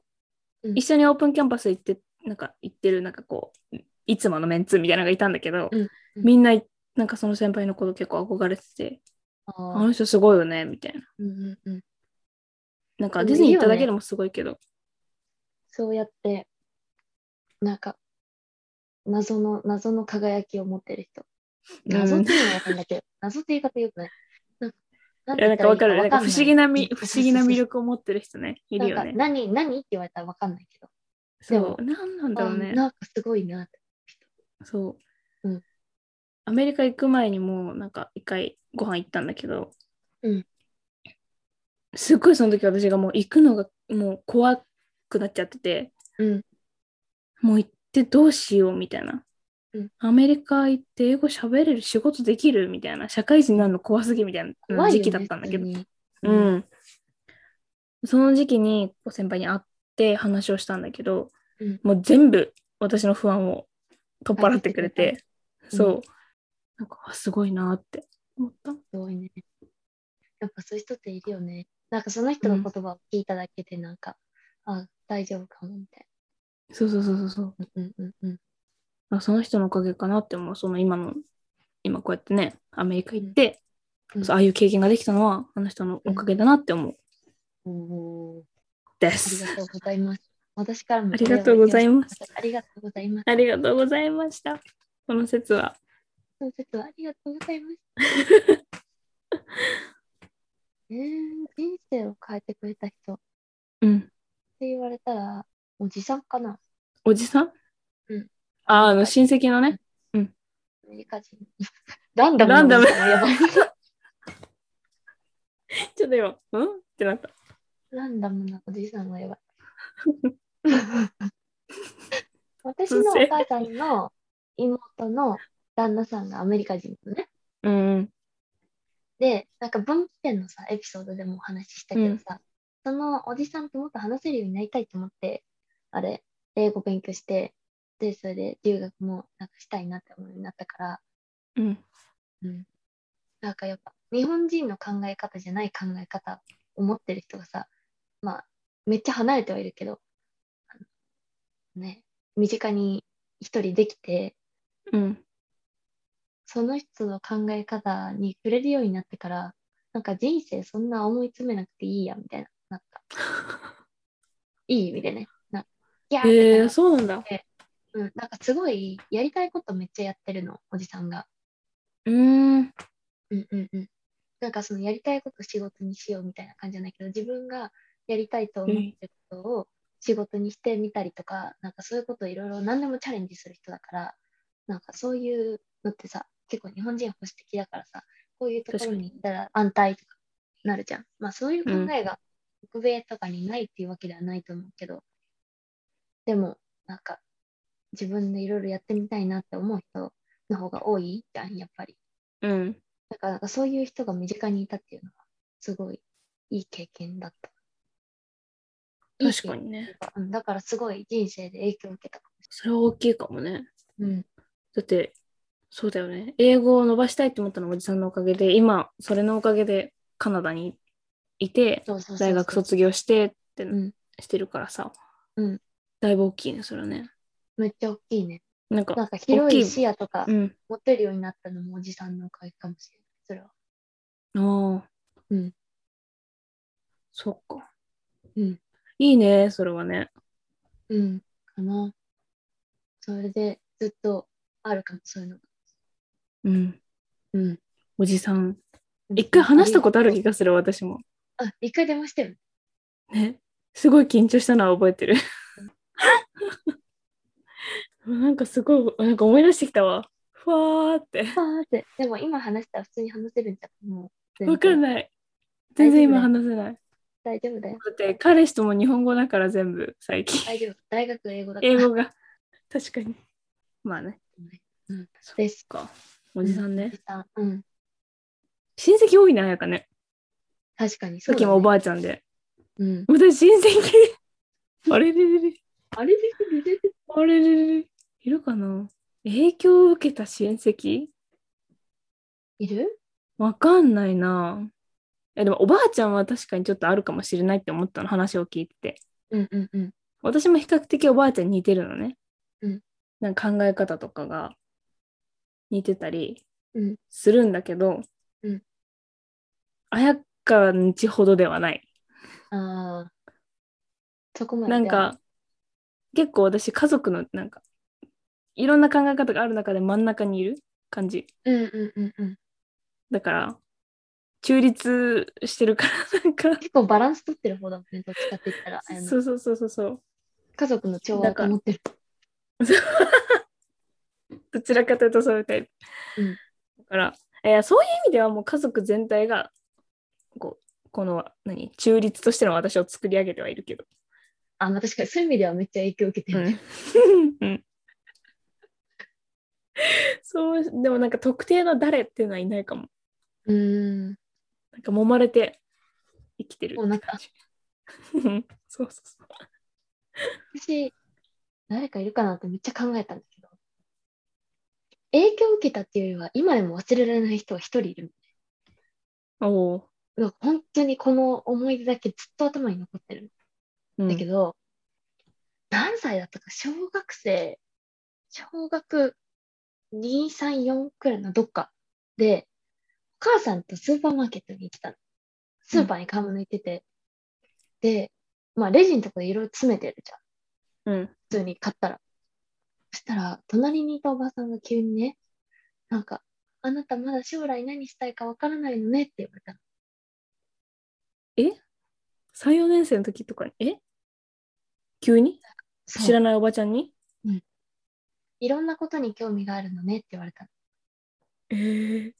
[SPEAKER 2] 一緒にオープンキャンパス行って、なんか行ってる、なんかこう、いつものメンツみたいなのがいたんだけど、
[SPEAKER 1] うんうん
[SPEAKER 2] みんな、なんかその先輩のこと結構憧れてて、
[SPEAKER 1] あー
[SPEAKER 2] あの人すごいよね、みたいな。
[SPEAKER 1] うんうんうん
[SPEAKER 2] なんか
[SPEAKER 1] でも
[SPEAKER 2] ディズニー行った
[SPEAKER 1] いいよね
[SPEAKER 2] だけでもすごいけど。
[SPEAKER 1] そうやってなんか謎の謎の輝きを持ってる人謎っていうのはわかんないけど、謎って言い方よくないなんかなん
[SPEAKER 2] い
[SPEAKER 1] て言
[SPEAKER 2] やなん
[SPEAKER 1] った
[SPEAKER 2] から
[SPEAKER 1] い
[SPEAKER 2] わ
[SPEAKER 1] いか
[SPEAKER 2] かる。なんか不思議なみ、
[SPEAKER 1] わかん
[SPEAKER 2] 不
[SPEAKER 1] い
[SPEAKER 2] 思議な魅力を持ってる人ね、いるよ
[SPEAKER 1] なん
[SPEAKER 2] ね
[SPEAKER 1] か。何何って言われたら分かんないけど、でも
[SPEAKER 2] そう。なんなんだろうね
[SPEAKER 1] あ。なんかすごいなって。
[SPEAKER 2] そう、
[SPEAKER 1] うん
[SPEAKER 2] アメリカ行く前にもうなんか一回ご飯行ったんだけど、
[SPEAKER 1] うん
[SPEAKER 2] すっごいその時私がもう行くのがもう怖くなっちゃってて
[SPEAKER 1] うん
[SPEAKER 2] もう行ってどうしようみたいな
[SPEAKER 1] うん
[SPEAKER 2] アメリカ行って英語喋れる仕事できるみたいな社会人になるの怖すぎみたいな
[SPEAKER 1] 怖いよね
[SPEAKER 2] 時期だったんだけど、
[SPEAKER 1] 普通に
[SPEAKER 2] う
[SPEAKER 1] うん
[SPEAKER 2] ん、その時期にこう先輩に会って話をしたんだけど、
[SPEAKER 1] うん
[SPEAKER 2] もう全部私の不安を取っ払ってくれて、
[SPEAKER 1] うん
[SPEAKER 2] そうなんかあすごいなって思った。
[SPEAKER 1] すごいね。やっぱそういう人っているよね。なんかその人の言葉を聞いただけでなんか、あ、大丈夫かもみたい
[SPEAKER 2] そうそうそうそうそう
[SPEAKER 1] な。うんうんうん
[SPEAKER 2] あその人のおかげかなって思うその今の今こうやってねアメリカ行って、
[SPEAKER 1] うん
[SPEAKER 2] そうああいう経験ができたのはあの人のおかげだなって思う
[SPEAKER 1] うん。おー
[SPEAKER 2] で
[SPEAKER 1] あり
[SPEAKER 2] す
[SPEAKER 1] がとうございます。私からも
[SPEAKER 2] ありがとうございます。
[SPEAKER 1] ありがとうございます。
[SPEAKER 2] ありがとうございましたこの説は
[SPEAKER 1] その説はありがとうございます。 えー、人生を変えてくれた人って
[SPEAKER 2] うん
[SPEAKER 1] 言われたら、おじさんかな
[SPEAKER 2] おじさん、
[SPEAKER 1] うん
[SPEAKER 2] ああの親戚のね
[SPEAKER 1] アメリカ 人。ランダムな
[SPEAKER 2] ランダム
[SPEAKER 1] おじさんやばい。
[SPEAKER 2] ちょっと今うんってなった
[SPEAKER 1] ランダムなおじさんはやばい。 私のお母さんの妹の旦那さんがアメリカ人のね。
[SPEAKER 2] うん
[SPEAKER 1] で、なんか分岐点のさ、エピソードでもお話ししたけどさ、そのおじさんともっと話せるようになりたいと思って、あれ、英語勉強して、で、それで留学もなんかしたいなって思うようになったから、
[SPEAKER 2] うん
[SPEAKER 1] なんかやっぱ日本人の考え方じゃない考え方を持ってる人がさ、まあ、めっちゃ離れてはいるけど、あのね、身近に一人できて、
[SPEAKER 2] うん
[SPEAKER 1] その人の考え方に触れるようになってから、なんか人生そんな思い詰めなくていいやみたいな、なった。いい意味でね。な、いやー
[SPEAKER 2] へえ
[SPEAKER 1] なんか
[SPEAKER 2] そうなんだ
[SPEAKER 1] うん、なんかすごいやりたいことめっちゃやってるの、おじさんが。
[SPEAKER 2] う
[SPEAKER 1] う
[SPEAKER 2] ん
[SPEAKER 1] んうんうん。なんかそのやりたいこと仕事にしようみたいな感じじゃないけど、自分がやりたいと思ってることを仕事にしてみたりとか、なんかそういうことをいろいろ何でもチャレンジする人だから、なんかそういうのってさ、結構日本人保守的だからさ、こういうところに行ったら安泰とかなるじゃん。まあそういう考えが北米とかにないっていうわけではないと思うけど、でもなんか自分でいろいろやってみたいなって思う人の方が多いじゃん、やっぱり。
[SPEAKER 2] うん
[SPEAKER 1] だからなんかそういう人が身近にいたっていうのはすごいいい経験だった。
[SPEAKER 2] 確かにね
[SPEAKER 1] うん。だからすごい人生で影響を受けたかもし
[SPEAKER 2] それは大きいかもね
[SPEAKER 1] れない。
[SPEAKER 2] だってそうだよね英語を伸ばしたいって思ったのはおじさんのおかげで今それのおかげでカナダにいて
[SPEAKER 1] そうそうそうそう
[SPEAKER 2] 大学卒業してって、
[SPEAKER 1] うん
[SPEAKER 2] してるからさ、
[SPEAKER 1] うん
[SPEAKER 2] だいぶ大きいねそれはね
[SPEAKER 1] めっちゃ大きいね。
[SPEAKER 2] なんか
[SPEAKER 1] なんか広い
[SPEAKER 2] 大きい
[SPEAKER 1] 視野とか
[SPEAKER 2] うん
[SPEAKER 1] 持てるようになったのもおじさんのおかげかもしれない。それは。
[SPEAKER 2] ああ
[SPEAKER 1] うん
[SPEAKER 2] そっか
[SPEAKER 1] うん。
[SPEAKER 2] いいねそれはね
[SPEAKER 1] うん。かな。それでずっとあるかも、そういうのが。
[SPEAKER 2] うん
[SPEAKER 1] うん。
[SPEAKER 2] おじさん一回話したことある気
[SPEAKER 1] が。
[SPEAKER 2] がする私も
[SPEAKER 1] あ、一回出ましたよね。
[SPEAKER 2] ねすごい緊張したのは覚えてるなんかすごいなんか思い出してきたわふわーって
[SPEAKER 1] あーって。でも今話したら普通に話せるんじゃん。もう。
[SPEAKER 2] わかん
[SPEAKER 1] い。
[SPEAKER 2] ない。全然今
[SPEAKER 1] 大
[SPEAKER 2] 話せない。だ
[SPEAKER 1] 大丈夫だよ。
[SPEAKER 2] って彼氏とも日本語だから全部 最近。
[SPEAKER 1] 大丈夫。大学英語だから。
[SPEAKER 2] 英語が。確かに。まあね。
[SPEAKER 1] うん
[SPEAKER 2] そっ
[SPEAKER 1] です。
[SPEAKER 2] か。おじさんね。
[SPEAKER 1] さんうん。
[SPEAKER 2] 親戚多いね、なんかね。
[SPEAKER 1] 確かにそ
[SPEAKER 2] さっ
[SPEAKER 1] うだね。
[SPEAKER 2] きもおばあちゃんで。
[SPEAKER 1] うん。
[SPEAKER 2] 私親戚。あれれれれ
[SPEAKER 1] あれですね。
[SPEAKER 2] あれれれれいるかな影響を受けた親戚
[SPEAKER 1] いる
[SPEAKER 2] わかんないな。えでもおばあちゃんは確かにちょっとあるかもしれないって思ったの話を聞いてて。
[SPEAKER 1] うんうんうん。
[SPEAKER 2] 私も比較的おばあちゃんに似てるのね。
[SPEAKER 1] うん
[SPEAKER 2] なんか考え方とかが似てたり
[SPEAKER 1] うん
[SPEAKER 2] するんだけど、
[SPEAKER 1] うん
[SPEAKER 2] 綾香んちほどではない。
[SPEAKER 1] ああ。そこまで。
[SPEAKER 2] なん、か結構私家族のなんかいろんな考え方がある中で真ん中にいる感じ。
[SPEAKER 1] うんうんうんうん。
[SPEAKER 2] だから中立してるからなんか
[SPEAKER 1] 結構バランス取ってる方だもんね、どっちかって言ったら。あ
[SPEAKER 2] そ
[SPEAKER 1] の
[SPEAKER 2] うそうそうそうそう。
[SPEAKER 1] 家族の調和を保ってる。
[SPEAKER 2] どちらかというとそういうタイプ。
[SPEAKER 1] うん
[SPEAKER 2] だから、いやそういう意味ではもう家族全体がこうこの何中立としての私を作り上げてはいるけど。
[SPEAKER 1] あ、まあ確かにそういう意味ではめっちゃ影響を受けて
[SPEAKER 2] う
[SPEAKER 1] る。
[SPEAKER 2] んうんそう、でもなんか特定の誰っていうのはいないかも。
[SPEAKER 1] うーん。
[SPEAKER 2] なんか揉まれて生きてる
[SPEAKER 1] もうなんか、
[SPEAKER 2] うん そうそうそう。
[SPEAKER 1] 私、誰かいるかなってめっちゃ考えたんだけど、影響を受けたっていうよりは、今でも忘れられない人は一人いる。
[SPEAKER 2] おお。
[SPEAKER 1] うわ本当にこの思い出だけずっと頭に残ってる
[SPEAKER 2] うん
[SPEAKER 1] んだけど、何歳だったか、小学生、小学2、3、4くらいのどっかで、お母さんとスーパーマーケットに行ってたの。スーパーに買い物行ってて、で、まあレジのとこでいろいろ詰めてるじゃん。
[SPEAKER 2] うん。
[SPEAKER 1] 普通に買ったら。そしたら、隣にいたおばさんが急にね、なんか、あなたまだ将来何したいかわからないのねって言われたの。
[SPEAKER 2] 3、4年生の時とかに、え急に知
[SPEAKER 1] そう
[SPEAKER 2] らないおばちゃんに
[SPEAKER 1] いろんなことに興味があるのねって言われたの。
[SPEAKER 2] えー、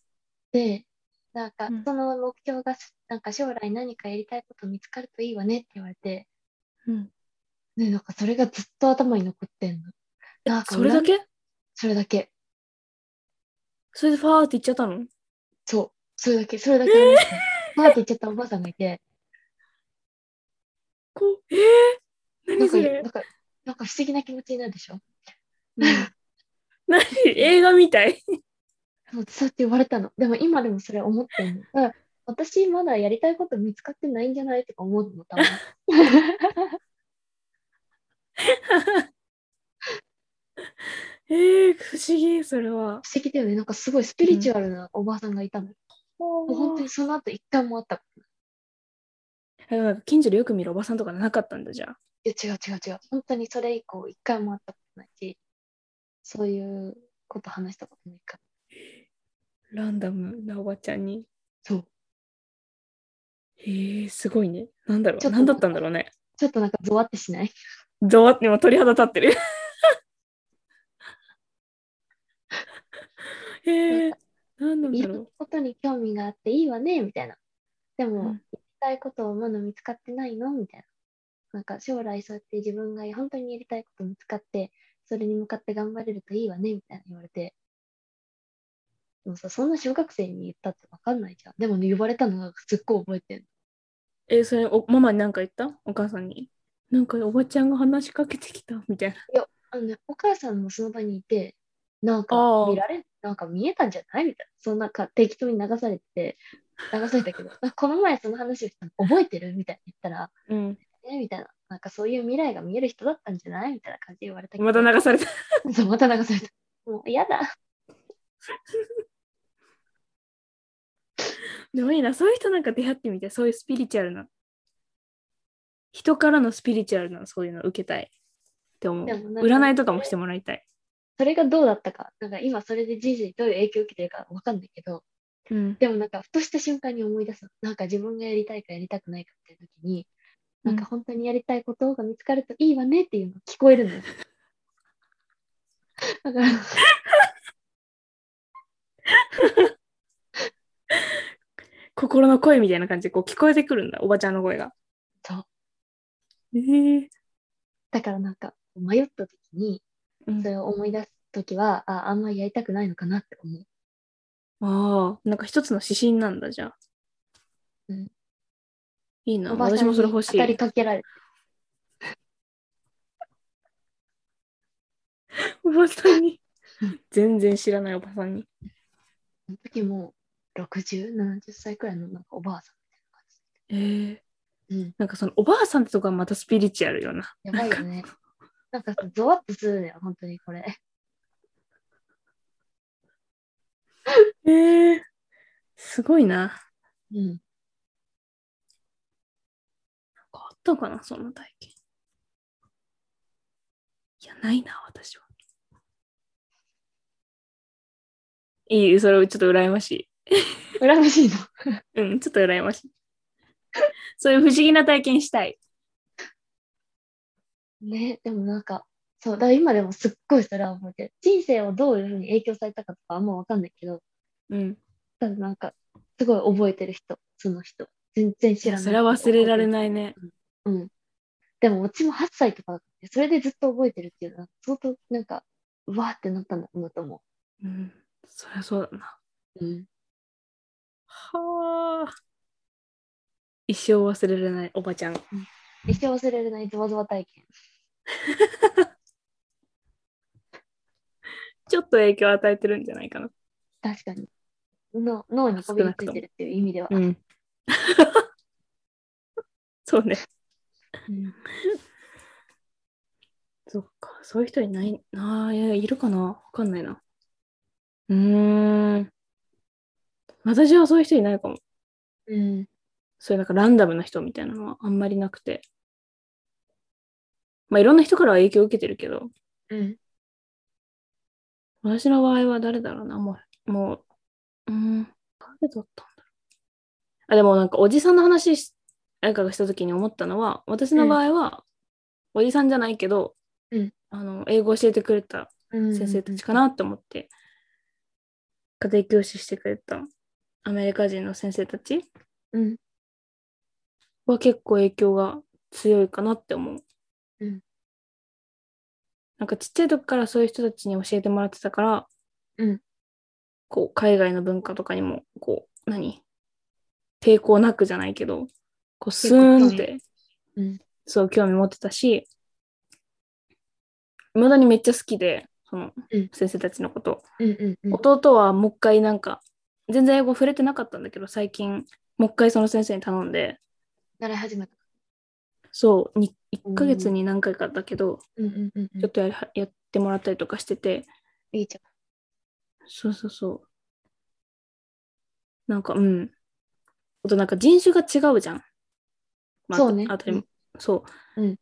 [SPEAKER 1] で、なんか
[SPEAKER 2] うん、
[SPEAKER 1] その目標が、なんか将来何かやりたいこと見つかるといいわねって言われて、
[SPEAKER 2] うん。
[SPEAKER 1] ね、なんかそれがずっと頭に残ってんの。なんか
[SPEAKER 2] それだけ
[SPEAKER 1] それだけ。
[SPEAKER 2] それでファーって言っちゃったの
[SPEAKER 1] そう。それだけ、それだけなんですよ。パーって言っちゃったおばあさんがいて、
[SPEAKER 2] こえー、
[SPEAKER 1] な
[SPEAKER 2] 何
[SPEAKER 1] ん
[SPEAKER 2] そ
[SPEAKER 1] か、
[SPEAKER 2] れ
[SPEAKER 1] なんか、なんか不思議な気持ちになるでしょ
[SPEAKER 2] 何映画みたい。
[SPEAKER 1] そうそうやって言われたの。でも今でもそれ思ってるの。だから私まだやりたいこと見つかってないんじゃないとか思うの、 多分。
[SPEAKER 2] えー、不思議、それは。
[SPEAKER 1] 不思議だよね。なんかすごいスピリチュアルなおばあさんがいたの。もう本当にその後一回もあった。
[SPEAKER 2] あでもなんか近所でよく見るおばさんとかなかったんだじゃあ。
[SPEAKER 1] いや違う違う違う。本当にそれ以降一回もあったことないし、そういうこと話したことないから。
[SPEAKER 2] ランダムなおばちゃんに。
[SPEAKER 1] そう。
[SPEAKER 2] えー、すごいね。なんだろ
[SPEAKER 1] ちょ
[SPEAKER 2] う。
[SPEAKER 1] っと
[SPEAKER 2] なんだったんだろうね。
[SPEAKER 1] ちょっとなんかゾワってしない
[SPEAKER 2] ゾワってもう鳥肌立って る。えー、なんなん
[SPEAKER 1] い
[SPEAKER 2] だ
[SPEAKER 1] ろん
[SPEAKER 2] ろ
[SPEAKER 1] な
[SPEAKER 2] う。
[SPEAKER 1] ことに興味があっていいわね、みたいな。でも、
[SPEAKER 2] うん
[SPEAKER 1] やりたいことをまだ見つかってないのみたいな。なんか将来そうやって自分が本当にやりたいこと見つかって、それに向かって頑張れるといいわね、みたいな言われて。でもさ、そんな小学生に言ったってわかんないじゃん。でもね、呼ばれたのがすっごい覚えてる。
[SPEAKER 2] えー、それお、ママに何か言ったお母さんに。なんかおばちゃんが話しかけてきたみたいな。
[SPEAKER 1] あのね、お母さんもその場にいて、なんか
[SPEAKER 2] あー
[SPEAKER 1] 見られ、なんか見えたんじゃないみたいな。そんなんか適当に流されて、流されたけど、 あこの前その話をしたの覚えてるみたいな言ったら、
[SPEAKER 2] うん。
[SPEAKER 1] ねみたいな。なんかそういう未来が見える人だったんじゃないみたいな感じで言われたけど。
[SPEAKER 2] また流された。
[SPEAKER 1] そう、また流された。もう嫌だ。
[SPEAKER 2] でもいいな、そういう人なんか出会ってみて、そういうスピリチュアルな。人からのスピリチュアルな、そういうの受けたいって思う。
[SPEAKER 1] でもなんか
[SPEAKER 2] 占いとかもしてもらいたい。
[SPEAKER 1] それがどうだったか。なんか今それで人生にどういう影響を受けてるかわかんないけど、
[SPEAKER 2] うん。
[SPEAKER 1] でもなんかふとした瞬間に思い出すの。なんか自分がやりたいかやりたくないかっていう時に、なんか本当にやりたいことが見つかるといいわねっていうのが聞こえるの よ。だから、
[SPEAKER 2] 心の声みたいな感じでこう聞こえてくるんだ、おばちゃんの声が。
[SPEAKER 1] そう。
[SPEAKER 2] えー、
[SPEAKER 1] だからなんか迷った時に、
[SPEAKER 2] うん
[SPEAKER 1] それを思い出す時は、あ、あんまりやりたくないのかなって思う。
[SPEAKER 2] ああ、なんか一つの指針なんだ、じゃあ。
[SPEAKER 1] うん
[SPEAKER 2] いいな、
[SPEAKER 1] おばさん
[SPEAKER 2] 私もそれ
[SPEAKER 1] に
[SPEAKER 2] 欲し
[SPEAKER 1] 語り
[SPEAKER 2] い。
[SPEAKER 1] かけられて
[SPEAKER 2] おばさんに
[SPEAKER 1] うん。
[SPEAKER 2] 全然知らないおばさんに。
[SPEAKER 1] その時もう60、70歳くらいのなんかおばあさん
[SPEAKER 2] えー、
[SPEAKER 1] みたい
[SPEAKER 2] なんかそのおばあさんってとこはまたスピリチュアルよな。
[SPEAKER 1] な感じ。うん、やばいよね。なんかさ、ゾワッとするのよ、本当にこれ。
[SPEAKER 2] えー、すごいな。
[SPEAKER 1] うん。
[SPEAKER 2] 変わったのかな、その体験。いや、ないな、私は。いい、それをちょっと羨まし
[SPEAKER 1] 羨ましいの。
[SPEAKER 2] い。うん、ちょっと羨ましい。 そういう不思議な体験したい。
[SPEAKER 1] ね、でもなんか、そう、だから今でもすっごいそれは覚えてる。人生をどういうふうに影響されたかとかあんまわかんないけど、
[SPEAKER 2] うん。
[SPEAKER 1] ただなんか、すごい覚えてる人、その人。全然知らない。
[SPEAKER 2] それは忘れられ
[SPEAKER 1] い。
[SPEAKER 2] ないね。
[SPEAKER 1] うん。でも、うちも8歳とかだったんでそれでずっと覚えてるっていうのは、相当なんか、うわーってなったんだろうなと思う。
[SPEAKER 2] うん。そりゃそうだな。
[SPEAKER 1] うん。
[SPEAKER 2] はあ。一生忘れられないおばちゃん。
[SPEAKER 1] 一生忘れられないズバズバ体験。
[SPEAKER 2] ちょっと影響を与えてるんじゃないかな。
[SPEAKER 1] 確かに。の脳にこびりついてるっていう意味では。
[SPEAKER 2] ん。 そうね。
[SPEAKER 1] うん
[SPEAKER 2] そっか。そういう人いない、ああ、いや、いるかなわかんないな。うーん。私はそういう人いないかも。
[SPEAKER 1] うん。
[SPEAKER 2] そういうなんかランダムな人みたいなのはあんまりなくて。まあいろんな人からは影響を受けてるけど、
[SPEAKER 1] うん。
[SPEAKER 2] 私の場合は誰だろうな、もう、もう、うーん、誰だったんだろう。あ、でもなんかおじさんの話し、なんかがした時に思ったのは、私の場合は、おじさんじゃないけど、
[SPEAKER 1] うん
[SPEAKER 2] あの、英語教えてくれた
[SPEAKER 1] うん
[SPEAKER 2] 先生たちか。なと思って、家庭教師してくれたアメリカ人の先生たち
[SPEAKER 1] うん。
[SPEAKER 2] は結構影響が強いかなって思う。
[SPEAKER 1] うん
[SPEAKER 2] なんかちっちゃい時からそういう人たちに教えてもらってたから、
[SPEAKER 1] うん
[SPEAKER 2] こう海外の文化とかにもこう何抵抗なくじゃないけどこうスーンって、
[SPEAKER 1] うん
[SPEAKER 2] そう興味持ってたしいまだにめっちゃ好きでその
[SPEAKER 1] うん
[SPEAKER 2] 先生たちのこと、
[SPEAKER 1] うんうんうん。
[SPEAKER 2] 弟はもう一回なんか全然英語触れてなかったんだけど最近もう一回その先生に頼んで
[SPEAKER 1] 習い始めた。
[SPEAKER 2] そうに1ヶ月に何回かだけど、
[SPEAKER 1] うんうんうんうん。
[SPEAKER 2] ちょっとやりはやってもらったりとかしてて
[SPEAKER 1] いいじ
[SPEAKER 2] そうそうそうなんかうんあとなんか人種が違うじゃん、まあ、
[SPEAKER 1] そうね
[SPEAKER 2] あとにそう、
[SPEAKER 1] うん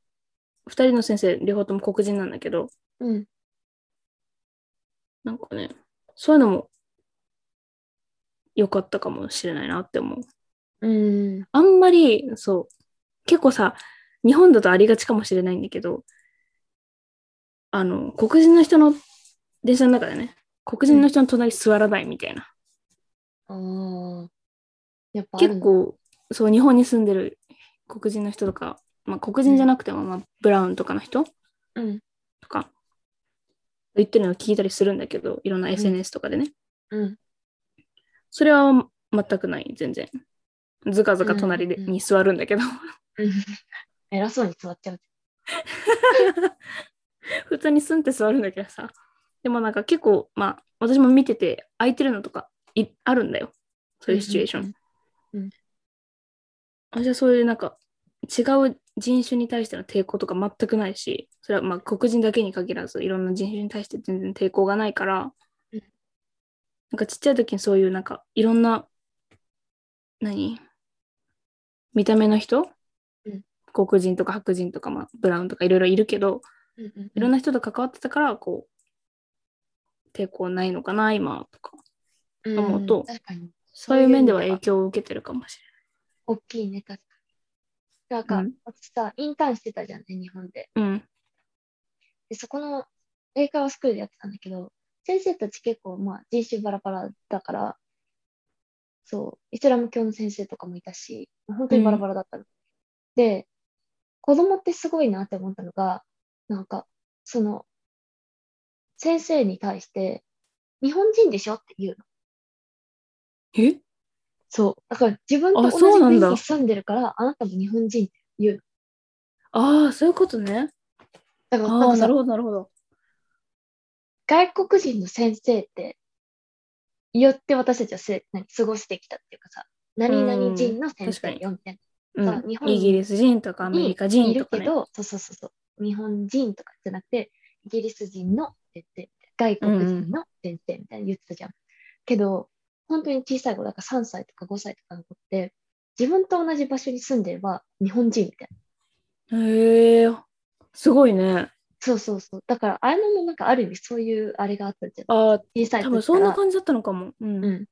[SPEAKER 2] 2人の先生両方とも黒人なんだけど
[SPEAKER 1] ゃん。うん。
[SPEAKER 2] なんかねそういうのも良かったかもしれないなって思う
[SPEAKER 1] うん。
[SPEAKER 2] あんまり、そう、結構さ、日本だとありがちかもしれないんだけど、あの、黒人の人の、電車の中でね、黒人の人の隣座らないみたいな。
[SPEAKER 1] ああ。やっぱある
[SPEAKER 2] 結
[SPEAKER 1] んだ。
[SPEAKER 2] 構、そう、日本に住んでる黒人の人とか、まあ、黒人じゃなくても、まあ、ブラウンとかの人
[SPEAKER 1] うん。
[SPEAKER 2] とか、言ってるのを聞いたりするんだけど、いろんな SNS とかでね。
[SPEAKER 1] うん。
[SPEAKER 2] それは全くない、全然。ずかずか隣で、
[SPEAKER 1] うんうん
[SPEAKER 2] に座るんだけど、
[SPEAKER 1] うん 偉そうに座っちゃう。
[SPEAKER 2] 普通にスンって座るんだけどさでもなんか結構まあ私も見てて空いてるのとかいあるんだよそういうシチュエーション、
[SPEAKER 1] うんうん
[SPEAKER 2] 私はそういうなんか違う人種に対しての抵抗とか全くないしそれはまあ黒人だけに限らずいろんな人種に対して全然抵抗がないから、
[SPEAKER 1] うん
[SPEAKER 2] なんかちっちゃい時にそういうなんかいろんな何見た目の人、
[SPEAKER 1] うん
[SPEAKER 2] 黒人とか白人とか、まあ、ブラウンとかいろいろいるけど、
[SPEAKER 1] うんうんうん
[SPEAKER 2] いろんな人と関わってたから、こう、抵抗ないのかな、今とか。思うと
[SPEAKER 1] ん確かに。
[SPEAKER 2] そういう面では
[SPEAKER 1] そういう意
[SPEAKER 2] 影
[SPEAKER 1] 味
[SPEAKER 2] 響を受けてるかもし
[SPEAKER 1] 大きいね、確かに。なんか、
[SPEAKER 2] うん
[SPEAKER 1] 私さ、インターンしてたじゃんね、日本で。
[SPEAKER 2] れない。うん。
[SPEAKER 1] で、そこの英会話スクールでやってたんだけど、先生たち結構、まあ、人種バラバラだから、そう、イスラム教の先生とかもいたし、本当にバラバラだったの。で、子供ってすごいなって思ったのが、なんか、その、先生に対して、日本人でしょって言うの。
[SPEAKER 2] え
[SPEAKER 1] そう。だから自分と
[SPEAKER 2] あそうな
[SPEAKER 1] 同
[SPEAKER 2] ん
[SPEAKER 1] じ
[SPEAKER 2] だ
[SPEAKER 1] 国に住んでるから、あなたも日本人って言うの。
[SPEAKER 2] ああ、そういうことね。
[SPEAKER 1] だからなん
[SPEAKER 2] あ
[SPEAKER 1] かさ
[SPEAKER 2] あ、なるほど、なるほど。
[SPEAKER 1] 外国人の先生ってよって私たちはせ何過ごしてきたっていうかさ何々人の先生よみたい
[SPEAKER 2] う
[SPEAKER 1] そうん日、本
[SPEAKER 2] イギリス人とかア
[SPEAKER 1] な
[SPEAKER 2] メリカ
[SPEAKER 1] に
[SPEAKER 2] 人
[SPEAKER 1] いる
[SPEAKER 2] とか
[SPEAKER 1] け
[SPEAKER 2] ね。
[SPEAKER 1] ど、そうそうそうそう日本人とかじゃなくてイギリス人の先生外国人の先生みたいに言ってたじゃん、けど本当に小さい子だから3歳とか5歳とかの子って自分と同じ場所に住んでれば日本人みたいな
[SPEAKER 2] へえ、すごいね。
[SPEAKER 1] そうそうそうだからあれもなんかある意味そういうあれがあったじゃん
[SPEAKER 2] ああ、
[SPEAKER 1] 小さい
[SPEAKER 2] 多
[SPEAKER 1] 時
[SPEAKER 2] 分そんな感じだったのかも。うん。
[SPEAKER 1] うん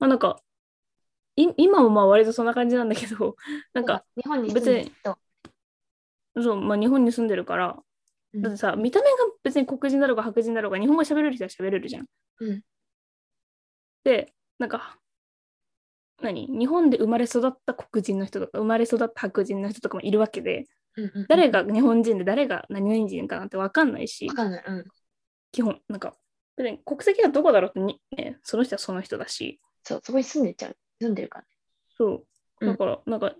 [SPEAKER 2] まあなんか、い今もまあ割とそんな感じなんだけど、なんか、
[SPEAKER 1] 日本に住んでると、
[SPEAKER 2] そう、まあ日本に住んでるから、
[SPEAKER 1] うん
[SPEAKER 2] だってさ、見た目が別に黒人だろうが白人だろうが、日本語喋れる人は喋れるじゃん。
[SPEAKER 1] うん
[SPEAKER 2] で、なんか、何日本で生まれ育った黒人の人とか、生まれ育った白人の人とかもいるわけで、
[SPEAKER 1] うんうんうん
[SPEAKER 2] 誰が日本人で誰が何々人かなんて分かんないし
[SPEAKER 1] わ、かんない。うん。
[SPEAKER 2] 基本、なんか、でね国籍がどこだろうってに、ね、その人はその人だし、
[SPEAKER 1] そう、そこに住んでちゃう。住んでるからね。
[SPEAKER 2] そう。
[SPEAKER 1] うん
[SPEAKER 2] だから、なんか、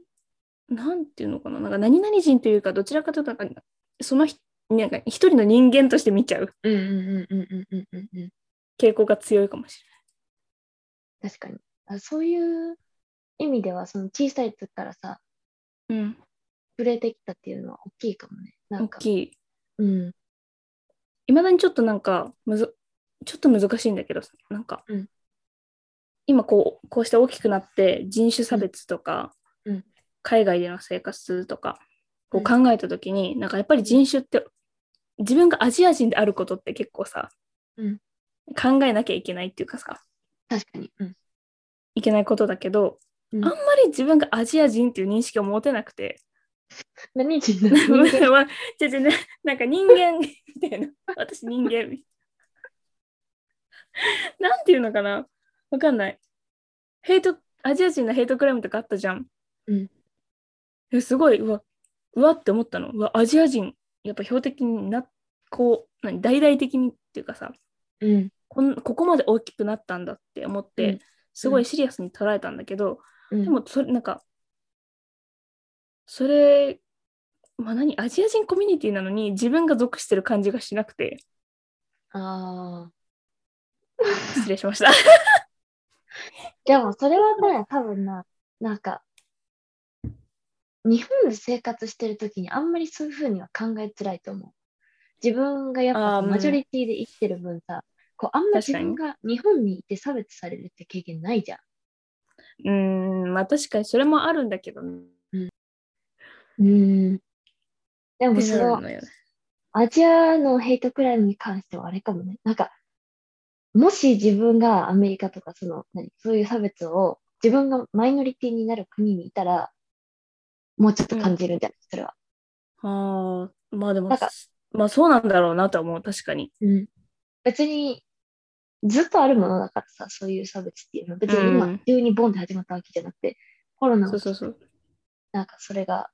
[SPEAKER 2] なんていうのかな、なんか何々人というか、どちらかというと、なんか、その人、なんか一人の人間として見ちゃう
[SPEAKER 1] うんうんうんうんうんうんうんうん。
[SPEAKER 2] 傾向が強いかもし
[SPEAKER 1] 確かに。あそういう意味では、その小さい時からさ、
[SPEAKER 2] れない。
[SPEAKER 1] 触れてきたっていうのは大きいかもね。な
[SPEAKER 2] 大
[SPEAKER 1] んか、
[SPEAKER 2] きい。
[SPEAKER 1] うん。
[SPEAKER 2] いまだにちょっとなんかむず、ちょっと難しいんだけど、なんか、
[SPEAKER 1] うん
[SPEAKER 2] 今こう、こうして大きくなって人種差別とか、
[SPEAKER 1] うん
[SPEAKER 2] 海外での生活とか、こう
[SPEAKER 1] う
[SPEAKER 2] 考えたときに、なんかやっぱり人種って、自分がアジア人であることって結構さ、
[SPEAKER 1] うん
[SPEAKER 2] 考えなきゃいけないっていうかさ、
[SPEAKER 1] 確かに。うん。
[SPEAKER 2] いけないことだけど、
[SPEAKER 1] うん
[SPEAKER 2] あんまり自分がアジア人っていう認識を持てなくて、
[SPEAKER 1] 何人なの人間
[SPEAKER 2] まあ違う違うなんか人間みたいな。私人間みたいな。なんていうのかなわかんない。ヘイト、アジア人のヘイトクライムとかあったじゃん。
[SPEAKER 1] うん
[SPEAKER 2] え。すごい、うわ、うわって思ったの。うわ、アジア人、やっぱ標的にな、こう、何、大々的にっていうかさ、
[SPEAKER 1] うん。
[SPEAKER 2] こんここまで大きくなったんだって思って、
[SPEAKER 1] うん
[SPEAKER 2] すごいシリアスに捉えたんだけど、
[SPEAKER 1] うん
[SPEAKER 2] でもそれなんかそれまあ何アジア人コミュニティなのに自分が属してる感じがしなく て
[SPEAKER 1] ああ。
[SPEAKER 2] 失礼しました
[SPEAKER 1] でもそれはね、多分な、なんか、日本で生活してる時にあんまりそういうふうには考えづらいと思う。自分がやっぱ
[SPEAKER 2] あーうん
[SPEAKER 1] マジョリティで生きてる分さ、こうあんま自分が日本にいて差別されるって経験ないじゃん。
[SPEAKER 2] うーんまあ確かにそれもあるんだけどね
[SPEAKER 1] うん。でも
[SPEAKER 2] って
[SPEAKER 1] そ
[SPEAKER 2] なる
[SPEAKER 1] の
[SPEAKER 2] のよね
[SPEAKER 1] アジアのヘイトクライムに関してはあれかもね。なんか、もし自分がアメリカとかその、何、そういう差別を自分がマイノリティになる国にいたら、もうちょっと感じるんじゃない、それは。
[SPEAKER 2] あーまあでも
[SPEAKER 1] なんか
[SPEAKER 2] まあそうなんだろうなとは思う確かに
[SPEAKER 1] うん。別に、ずっとあるものだからさ、そういう差別っていうのは。別に
[SPEAKER 2] う
[SPEAKER 1] 今
[SPEAKER 2] ん、
[SPEAKER 1] 急にボンで始まったわけじゃなくて、コロナ
[SPEAKER 2] そ
[SPEAKER 1] が
[SPEAKER 2] うそうそう
[SPEAKER 1] なんかそれが、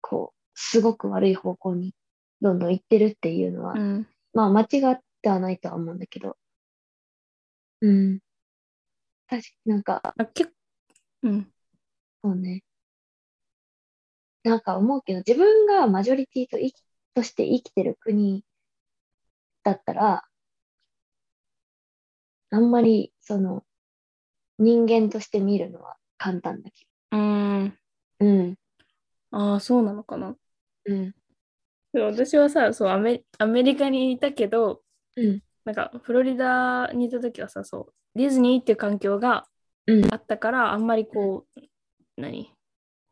[SPEAKER 1] こう、すごく悪い方向にどんどん行ってるっていうのは
[SPEAKER 2] う、ん
[SPEAKER 1] まあ間違ってはないとは思うんだけど。うん。確かなんか、
[SPEAKER 2] あ結うん
[SPEAKER 1] そうね。なんか思うけど、自分がマジョリティと生きとして生きてる国だったら、あんまり、その、人間として見るのは簡単だけ
[SPEAKER 2] うーん
[SPEAKER 1] ど。うん。
[SPEAKER 2] ああそうなのかな
[SPEAKER 1] うん。
[SPEAKER 2] でも私はさそうアメアメリカにいたけど、
[SPEAKER 1] うん
[SPEAKER 2] なんかフロリダにいた時はさそうディズニーっていう環境が
[SPEAKER 1] うん
[SPEAKER 2] あったから、あんまりこう何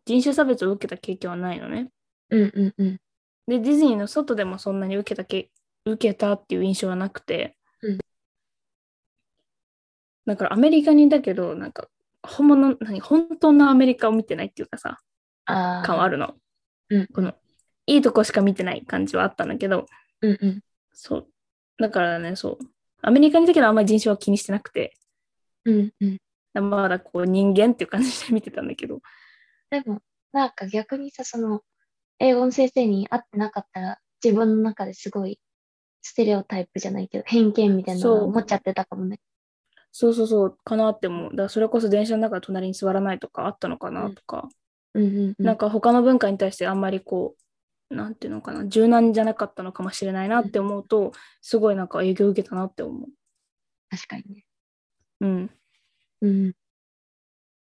[SPEAKER 2] 人種差別を受けた経験はないのね
[SPEAKER 1] うんうんうん。
[SPEAKER 2] でディズニーの外でもそんなに受けたけ受けたっていう印象はなくて、
[SPEAKER 1] うん
[SPEAKER 2] だからアメリカにいたけどなんか本物何本当のアメリカを見てないっていうかさ
[SPEAKER 1] あ
[SPEAKER 2] 感はあ
[SPEAKER 1] る。
[SPEAKER 2] るの
[SPEAKER 1] うん
[SPEAKER 2] このいいとこしか見てない感じはあったんだけど、
[SPEAKER 1] うんうん。
[SPEAKER 2] そう。だからね、そう。アメリカにいたけど、あんまり人種は気にしてなくて、
[SPEAKER 1] うんうん。
[SPEAKER 2] まだこう人間っていう感じで見てたんだけど。
[SPEAKER 1] でも、なんか逆にさ、その、英語の先生に会ってなかったら、自分の中ですごい、ステレオタイプじゃないけど、偏見みたいなのを
[SPEAKER 2] そう
[SPEAKER 1] 持っちゃってたかもね。
[SPEAKER 2] そうそうそう、かなっても、だからそれこそ電車の中で隣に座らないとかあったのかなとか、
[SPEAKER 1] うんうんうん。
[SPEAKER 2] なんか他の文化に対してあんまりこう、なんていうのかな、柔軟じゃなかったのかもしれないなって思うと、すごいなんか影響を受けたなって思
[SPEAKER 1] 確かにね。
[SPEAKER 2] う。うん、
[SPEAKER 1] うん。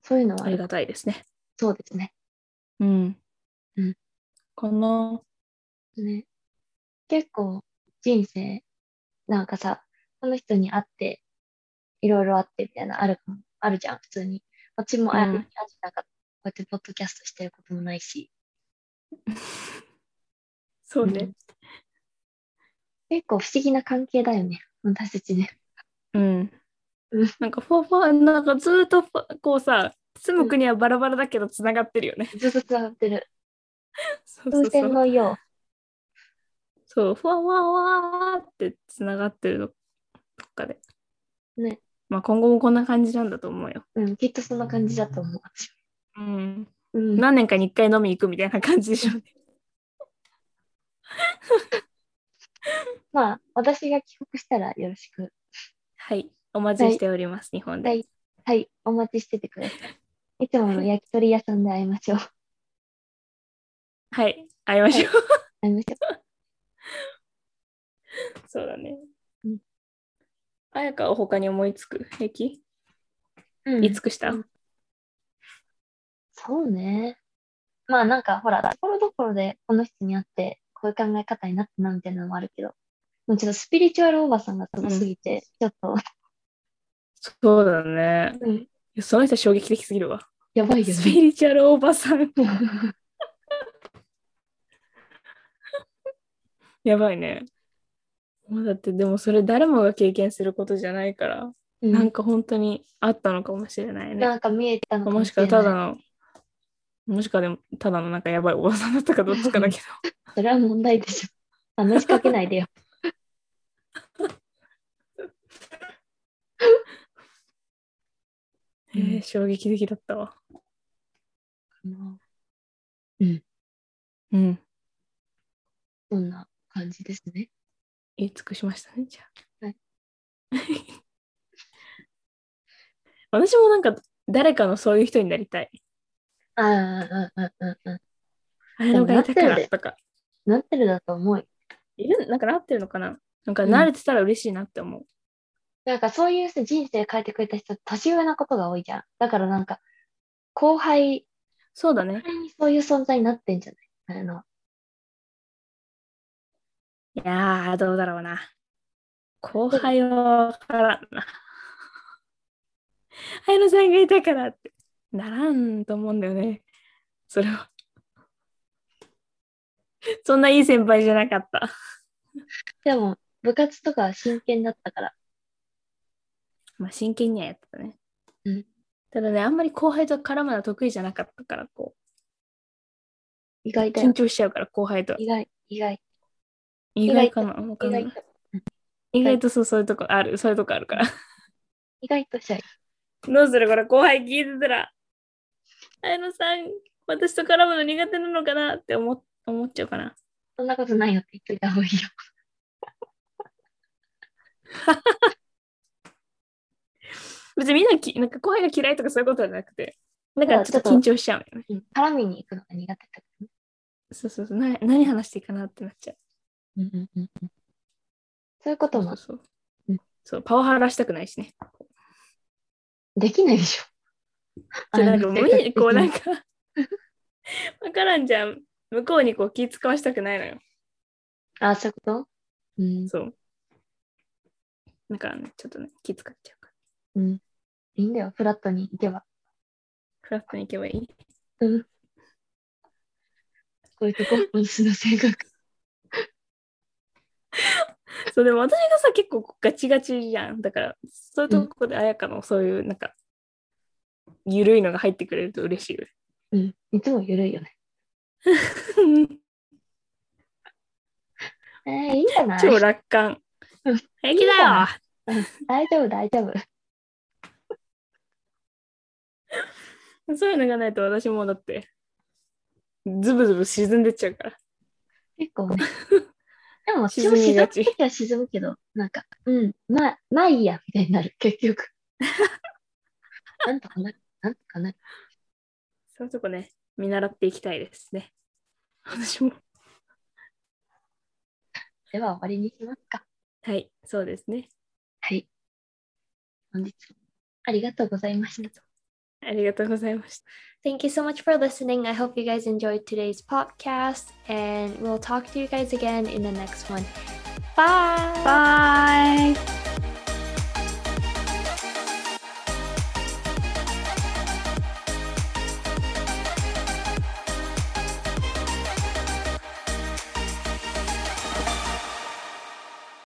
[SPEAKER 1] そういうのは
[SPEAKER 2] あ
[SPEAKER 1] あ
[SPEAKER 2] り
[SPEAKER 1] る、
[SPEAKER 2] がたいですね。
[SPEAKER 1] そうですね。
[SPEAKER 2] うん。
[SPEAKER 1] うん
[SPEAKER 2] かな
[SPEAKER 1] ね。結構、人生、なんかさ、この人に会って、いろいろあってみたいな、あるかも、あるじゃん、普通に。こっちもあ
[SPEAKER 2] うん
[SPEAKER 1] 会ってなかった。こうやってポッドキャストしてることもないし。
[SPEAKER 2] そう
[SPEAKER 1] う
[SPEAKER 2] ね
[SPEAKER 1] ん。結構不思議な関係だよね。私たちね。
[SPEAKER 2] うん
[SPEAKER 1] うん。
[SPEAKER 2] なんかフォーフォーなんかずーっとフォこうさ住む国はバラバラだけどつながってるよね。
[SPEAKER 1] ずっとつながってる。
[SPEAKER 2] そう そ
[SPEAKER 1] 風
[SPEAKER 2] うそ
[SPEAKER 1] 船
[SPEAKER 2] う。
[SPEAKER 1] のよ
[SPEAKER 2] そうフォーワーワーってつながってるのどっかで。
[SPEAKER 1] ね。
[SPEAKER 2] まあ今後もこんな感じなんだと思うよ。
[SPEAKER 1] う。うん、きっとそんな感じだと思う。私
[SPEAKER 2] うん。
[SPEAKER 1] うん、
[SPEAKER 2] 何年かに一回飲み行くみたいな感じ でしょうね。
[SPEAKER 1] まあ、私が帰国したらよろしく。
[SPEAKER 2] はい。お待ちしております、日本で。
[SPEAKER 1] はい、お待ちしててくださ い。いつもの焼き鳥屋さんで会いましょう。
[SPEAKER 2] はい。会いましょう。
[SPEAKER 1] 会いましょう。
[SPEAKER 2] そうだね
[SPEAKER 1] うん。
[SPEAKER 2] あやかを他に思いつく平気
[SPEAKER 1] うん
[SPEAKER 2] 言い尽くした、
[SPEAKER 1] うんそうね。まあなんかほら、ところどころでこの人に会って、こういう考え方になったなみたいなのもあるけど、もうちょっとスピリチュアルおばさんがすごすぎて、ちょっ
[SPEAKER 2] そうだね。
[SPEAKER 1] と、うん、
[SPEAKER 2] いやその人衝撃的すぎるわ。
[SPEAKER 1] やばいよ
[SPEAKER 2] ス
[SPEAKER 1] ね。
[SPEAKER 2] ピリチュアルおばさん。やばいね。もうだってでもそれ誰もが経験することじゃないから、
[SPEAKER 1] うん
[SPEAKER 2] なんか本当にあったのかもしれないね。
[SPEAKER 1] なんか見えてたのか
[SPEAKER 2] も
[SPEAKER 1] も
[SPEAKER 2] し
[SPEAKER 1] し
[SPEAKER 2] か
[SPEAKER 1] れ
[SPEAKER 2] ただ
[SPEAKER 1] ない。
[SPEAKER 2] の、もしかでもただのなんかやばいおばさんだったかどっちかだけど。
[SPEAKER 1] それは問題でしょ。話しかけないで よ。
[SPEAKER 2] えー衝撃的だったわ。
[SPEAKER 1] うん
[SPEAKER 2] うん。
[SPEAKER 1] そんな感じですね。
[SPEAKER 2] 言い尽くしましたね、じゃあ。
[SPEAKER 1] は
[SPEAKER 2] 私もなんか誰かのそういう人になりたい。
[SPEAKER 1] ああ、うんうんうんう
[SPEAKER 2] あれのがいたからとか。
[SPEAKER 1] ん。なってるだと思うよ。
[SPEAKER 2] いるなんかなってるのかななんか
[SPEAKER 1] うん
[SPEAKER 2] 慣れてたら嬉しいなって思う。
[SPEAKER 1] なんかそういうさ人生変えてくれた人、年上なことが多いじゃん。だからなんか、後輩
[SPEAKER 2] そうだね。
[SPEAKER 1] 絶対にそういう存在になってんじゃないあの、
[SPEAKER 2] いやー、どうだろうな。後輩は分からんな。 綾野さんがいたからってならんと思うんだよね。それは。 そんないい先輩じゃなかった。
[SPEAKER 1] でも部活とかは真剣だったから。
[SPEAKER 2] まあ真剣にはやってたね。
[SPEAKER 1] うん
[SPEAKER 2] ただね、あんまり後輩と絡むのは得意じゃなかったから、こ
[SPEAKER 1] 意外
[SPEAKER 2] う、
[SPEAKER 1] だ
[SPEAKER 2] 緊
[SPEAKER 1] よ。
[SPEAKER 2] 張しちゃうから、後輩と。
[SPEAKER 1] 意外、意外、
[SPEAKER 2] 意外かなわか
[SPEAKER 1] 意
[SPEAKER 2] んない
[SPEAKER 1] 外と、
[SPEAKER 2] 意外とそう、そういうとこある、そういうとこあるから。
[SPEAKER 1] 意外とシャイ。
[SPEAKER 2] どうするこれ後輩聞いてたら、綾野さん、私と絡むの苦手なのかなって思っ思っちゃうかな。
[SPEAKER 1] そんなことないよって言っといた方がいいよ。
[SPEAKER 2] 別にみんなきなんか後輩が嫌いとかそういうことじゃなくて、なん
[SPEAKER 1] た
[SPEAKER 2] か
[SPEAKER 1] だ
[SPEAKER 2] ちょっと緊張しちゃうよね。
[SPEAKER 1] うん絡みに行くのが苦手だからね。
[SPEAKER 2] そうそうそうな。何話していいかなってなっちゃう。
[SPEAKER 1] うんうんうんうんそういうこと
[SPEAKER 2] そ
[SPEAKER 1] も
[SPEAKER 2] うそう
[SPEAKER 1] うん
[SPEAKER 2] そうパワハラしたくないしね。
[SPEAKER 1] できないでしょ。
[SPEAKER 2] そうなんか
[SPEAKER 1] あの
[SPEAKER 2] 無理にこうなん
[SPEAKER 1] 性格
[SPEAKER 2] か、 わからんじゃん。向こうにこう気使わしたくないのよ。
[SPEAKER 1] 的にあ、そういうことうん。
[SPEAKER 2] そう。だからね、ちょっとね、気使っちゃうから。
[SPEAKER 1] うん。いいんだよ、フラットに行けば。
[SPEAKER 2] フラットに行けばいい。
[SPEAKER 1] うん。こういうと こ、私の性格。
[SPEAKER 2] そうでも私がさ結構ガチガチじゃんだからそういうとこで綾香のそういうなんかゆるいのが入ってくれると嬉しいよね
[SPEAKER 1] うん。いつも緩いよね。 えー、いいんじゃない
[SPEAKER 2] 超楽観
[SPEAKER 1] うん
[SPEAKER 2] 平気だよ
[SPEAKER 1] 大丈夫、大丈夫。
[SPEAKER 2] そういうのがないと私もだってズブズブ沈んでっちゃうから
[SPEAKER 1] 結構 ね。でも、私
[SPEAKER 2] 沈
[SPEAKER 1] も
[SPEAKER 2] み
[SPEAKER 1] 沈
[SPEAKER 2] が
[SPEAKER 1] む
[SPEAKER 2] ち
[SPEAKER 1] ときは沈むけど、なんか、うん、まあ、まあいいや、みたいになる、結 局。なんとかなる、なんとかなる。
[SPEAKER 2] そういうとこね見習っていきたいですね私も
[SPEAKER 1] では、終わりにしますか。
[SPEAKER 2] はいそうですね
[SPEAKER 1] はい。本日もありがとうございました。
[SPEAKER 2] ありがとうございました
[SPEAKER 3] Thank you so much for listening. I hope you guys enjoyed today's podcast, and we'll talk to you guys again in the next one. Bye.
[SPEAKER 2] Bye